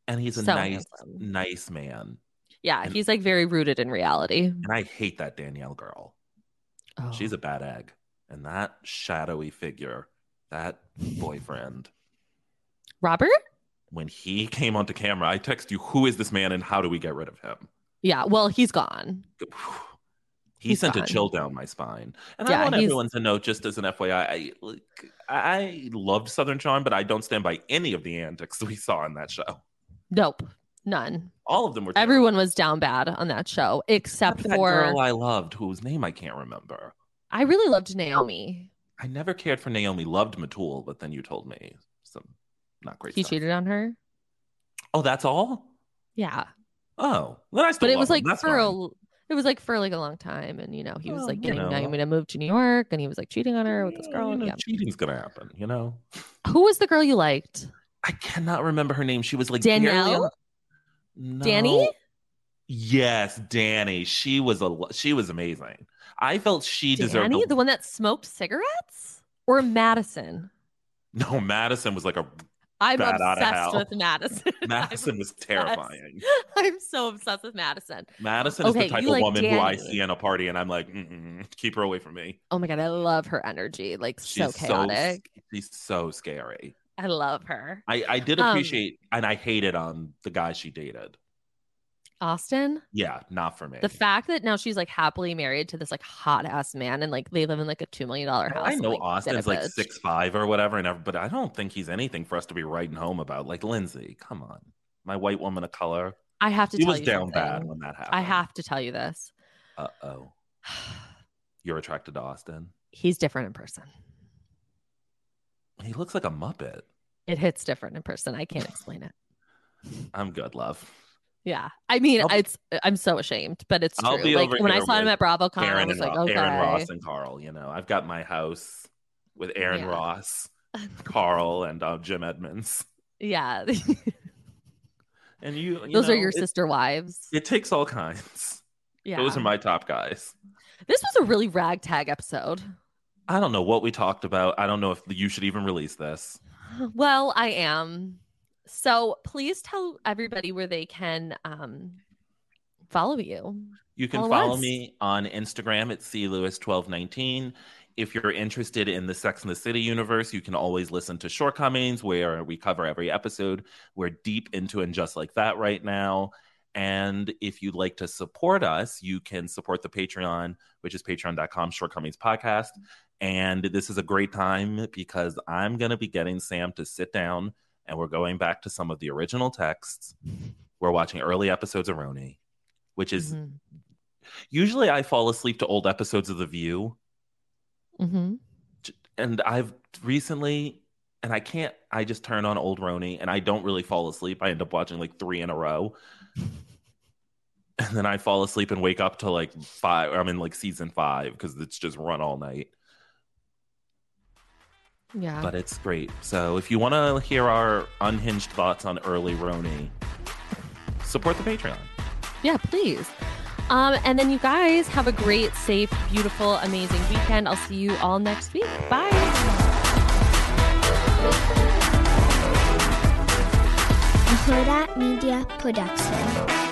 Speaker 2: and he's a
Speaker 1: So
Speaker 2: nice,
Speaker 1: handsome.
Speaker 2: nice man.
Speaker 1: Yeah.
Speaker 2: And-
Speaker 1: He's like very rooted in reality.
Speaker 2: And I hate that Danielle girl.
Speaker 1: Oh.
Speaker 2: She's a bad egg, and that shadowy figure, that boyfriend.
Speaker 1: Robert?
Speaker 2: When he came onto camera, I text you, "Who is this man, and how do we get rid of him?"
Speaker 1: Yeah. Well, he's gone.
Speaker 2: he
Speaker 1: He's
Speaker 2: sent
Speaker 1: gone.
Speaker 2: a chill down my spine. And
Speaker 1: Yeah,
Speaker 2: I want
Speaker 1: he's-
Speaker 2: everyone to know, just as an FYI, I, like, I loved Southern Charm, but I don't stand by any of the antics we saw in that show.
Speaker 1: Nope. None.
Speaker 2: All of them were terrible.
Speaker 1: Everyone was down bad on that show, except
Speaker 2: Except that
Speaker 1: for
Speaker 2: girl uh, I loved, whose name I can't remember.
Speaker 1: I really loved Naomi.
Speaker 2: I never cared for Naomi. Loved Matul, but then you told me some not great.
Speaker 1: He
Speaker 2: stuff.
Speaker 1: cheated on her.
Speaker 2: Oh, that's all.
Speaker 1: Yeah.
Speaker 2: Oh, then I still.
Speaker 1: but it
Speaker 2: love
Speaker 1: was
Speaker 2: him.
Speaker 1: like
Speaker 2: That's
Speaker 1: for
Speaker 2: fine.
Speaker 1: a, it was like for like a long time and you know he was
Speaker 2: Well,
Speaker 1: like
Speaker 2: you
Speaker 1: getting
Speaker 2: know. Mm.
Speaker 1: Naomi to move to New York and he was like cheating on her with this
Speaker 2: Yeah,
Speaker 1: girl
Speaker 2: you know,
Speaker 1: yeah.
Speaker 2: Cheating's gonna happen. You know.
Speaker 1: who was the girl you liked
Speaker 2: I cannot remember her name. She was like
Speaker 1: Danielle?
Speaker 2: barely on-
Speaker 1: Danny?
Speaker 2: No. Yes, Danny. She was a lo- she was amazing. I felt she deserved.
Speaker 1: Danny
Speaker 2: a-
Speaker 1: the one that smoked cigarettes or Madison
Speaker 2: no, Madison was like a
Speaker 1: I'm
Speaker 2: Bat outta
Speaker 1: obsessed
Speaker 2: hell.
Speaker 1: with Madison
Speaker 2: Madison was terrifying.
Speaker 1: I'm so obsessed with Madison
Speaker 2: Madison is
Speaker 1: Okay,
Speaker 2: the type
Speaker 1: you
Speaker 2: of
Speaker 1: like
Speaker 2: woman who I
Speaker 1: Danny.
Speaker 2: see in a party, and I'm like, Mm-mm, keep her away from me.
Speaker 1: oh my god I love her energy like so
Speaker 2: She's so
Speaker 1: chaotic
Speaker 2: She's so scary.
Speaker 1: I love her
Speaker 2: I I did
Speaker 1: Um,
Speaker 2: appreciate, and I hated on the guy she dated.
Speaker 1: Austin
Speaker 2: Yeah, not for me.
Speaker 1: the fact that now she's like happily married to this like hot ass man and like they live in like a two million dollar
Speaker 2: And
Speaker 1: house
Speaker 2: I
Speaker 1: I'm
Speaker 2: know
Speaker 1: like, "Get a
Speaker 2: Austin's like
Speaker 1: bitch."
Speaker 2: six five or whatever, and ev- but I don't think he's anything for us to be writing home about. Like Lindsay, come on, my white woman of color.
Speaker 1: I have to
Speaker 2: She
Speaker 1: tell
Speaker 2: was
Speaker 1: you
Speaker 2: down
Speaker 1: something.
Speaker 2: bad when that happened.
Speaker 1: I have to tell you this.
Speaker 2: Uh oh, you're attracted to Austin.
Speaker 1: He's different in person.
Speaker 2: He looks like a muppet.
Speaker 1: It hits different in person. I can't explain it.
Speaker 2: I'm good, love.
Speaker 1: Yeah. I mean,
Speaker 2: I'll-
Speaker 1: it's I'm so ashamed, but it's
Speaker 2: I'll
Speaker 1: true.
Speaker 2: be
Speaker 1: Like
Speaker 2: over
Speaker 1: when I
Speaker 2: here
Speaker 1: saw him
Speaker 2: with
Speaker 1: at BravoCon, I
Speaker 2: Aaron
Speaker 1: was
Speaker 2: and
Speaker 1: like,
Speaker 2: Ro-
Speaker 1: okay.
Speaker 2: Aaron Ross and Carl. You know, I've got my house with Aaron
Speaker 1: Yeah.
Speaker 2: Ross, Carl, and uh, Jim Edmonds.
Speaker 1: yeah.
Speaker 2: And you, you
Speaker 1: Those are
Speaker 2: know,
Speaker 1: your
Speaker 2: it-
Speaker 1: sister wives.
Speaker 2: It takes all kinds.
Speaker 1: yeah.
Speaker 2: Those are my top guys.
Speaker 1: this was a really ragtag episode.
Speaker 2: I don't know what we talked about. I don't know if you should even release this.
Speaker 1: Well, I am. So please tell everybody where they can um follow you.
Speaker 2: You can
Speaker 1: Follow
Speaker 2: follow
Speaker 1: us.
Speaker 2: me on Instagram at clewis1219. If you're interested in the Sex and the City universe, you can always listen to Shortcomings, where we cover every episode. We're deep into and just like that right now. And if you'd like to support us, you can support the Patreon, which is patreon.com shortcomings podcast. And this is a great time because I'm going to be getting Sam to sit down and we're going back to some of the original texts. We're watching early episodes of Roni, which is
Speaker 1: Mhm.
Speaker 2: usually I fall asleep to old episodes of The View,
Speaker 1: Mhm.
Speaker 2: and I've recently, and I can't, I just turn on Old Roni and I don't really fall asleep. I end up watching like three in a row. And then I fall asleep and wake up to like five, I'm in like season five because it's just run all night.
Speaker 1: Yeah.
Speaker 2: But it's great. So if you want to hear our unhinged thoughts on early Roni, support the Patreon.
Speaker 1: Yeah, please. Um, and then you guys have a great, safe, beautiful, amazing weekend. I'll see you all next week. Bye.
Speaker 3: a Huda Media Production.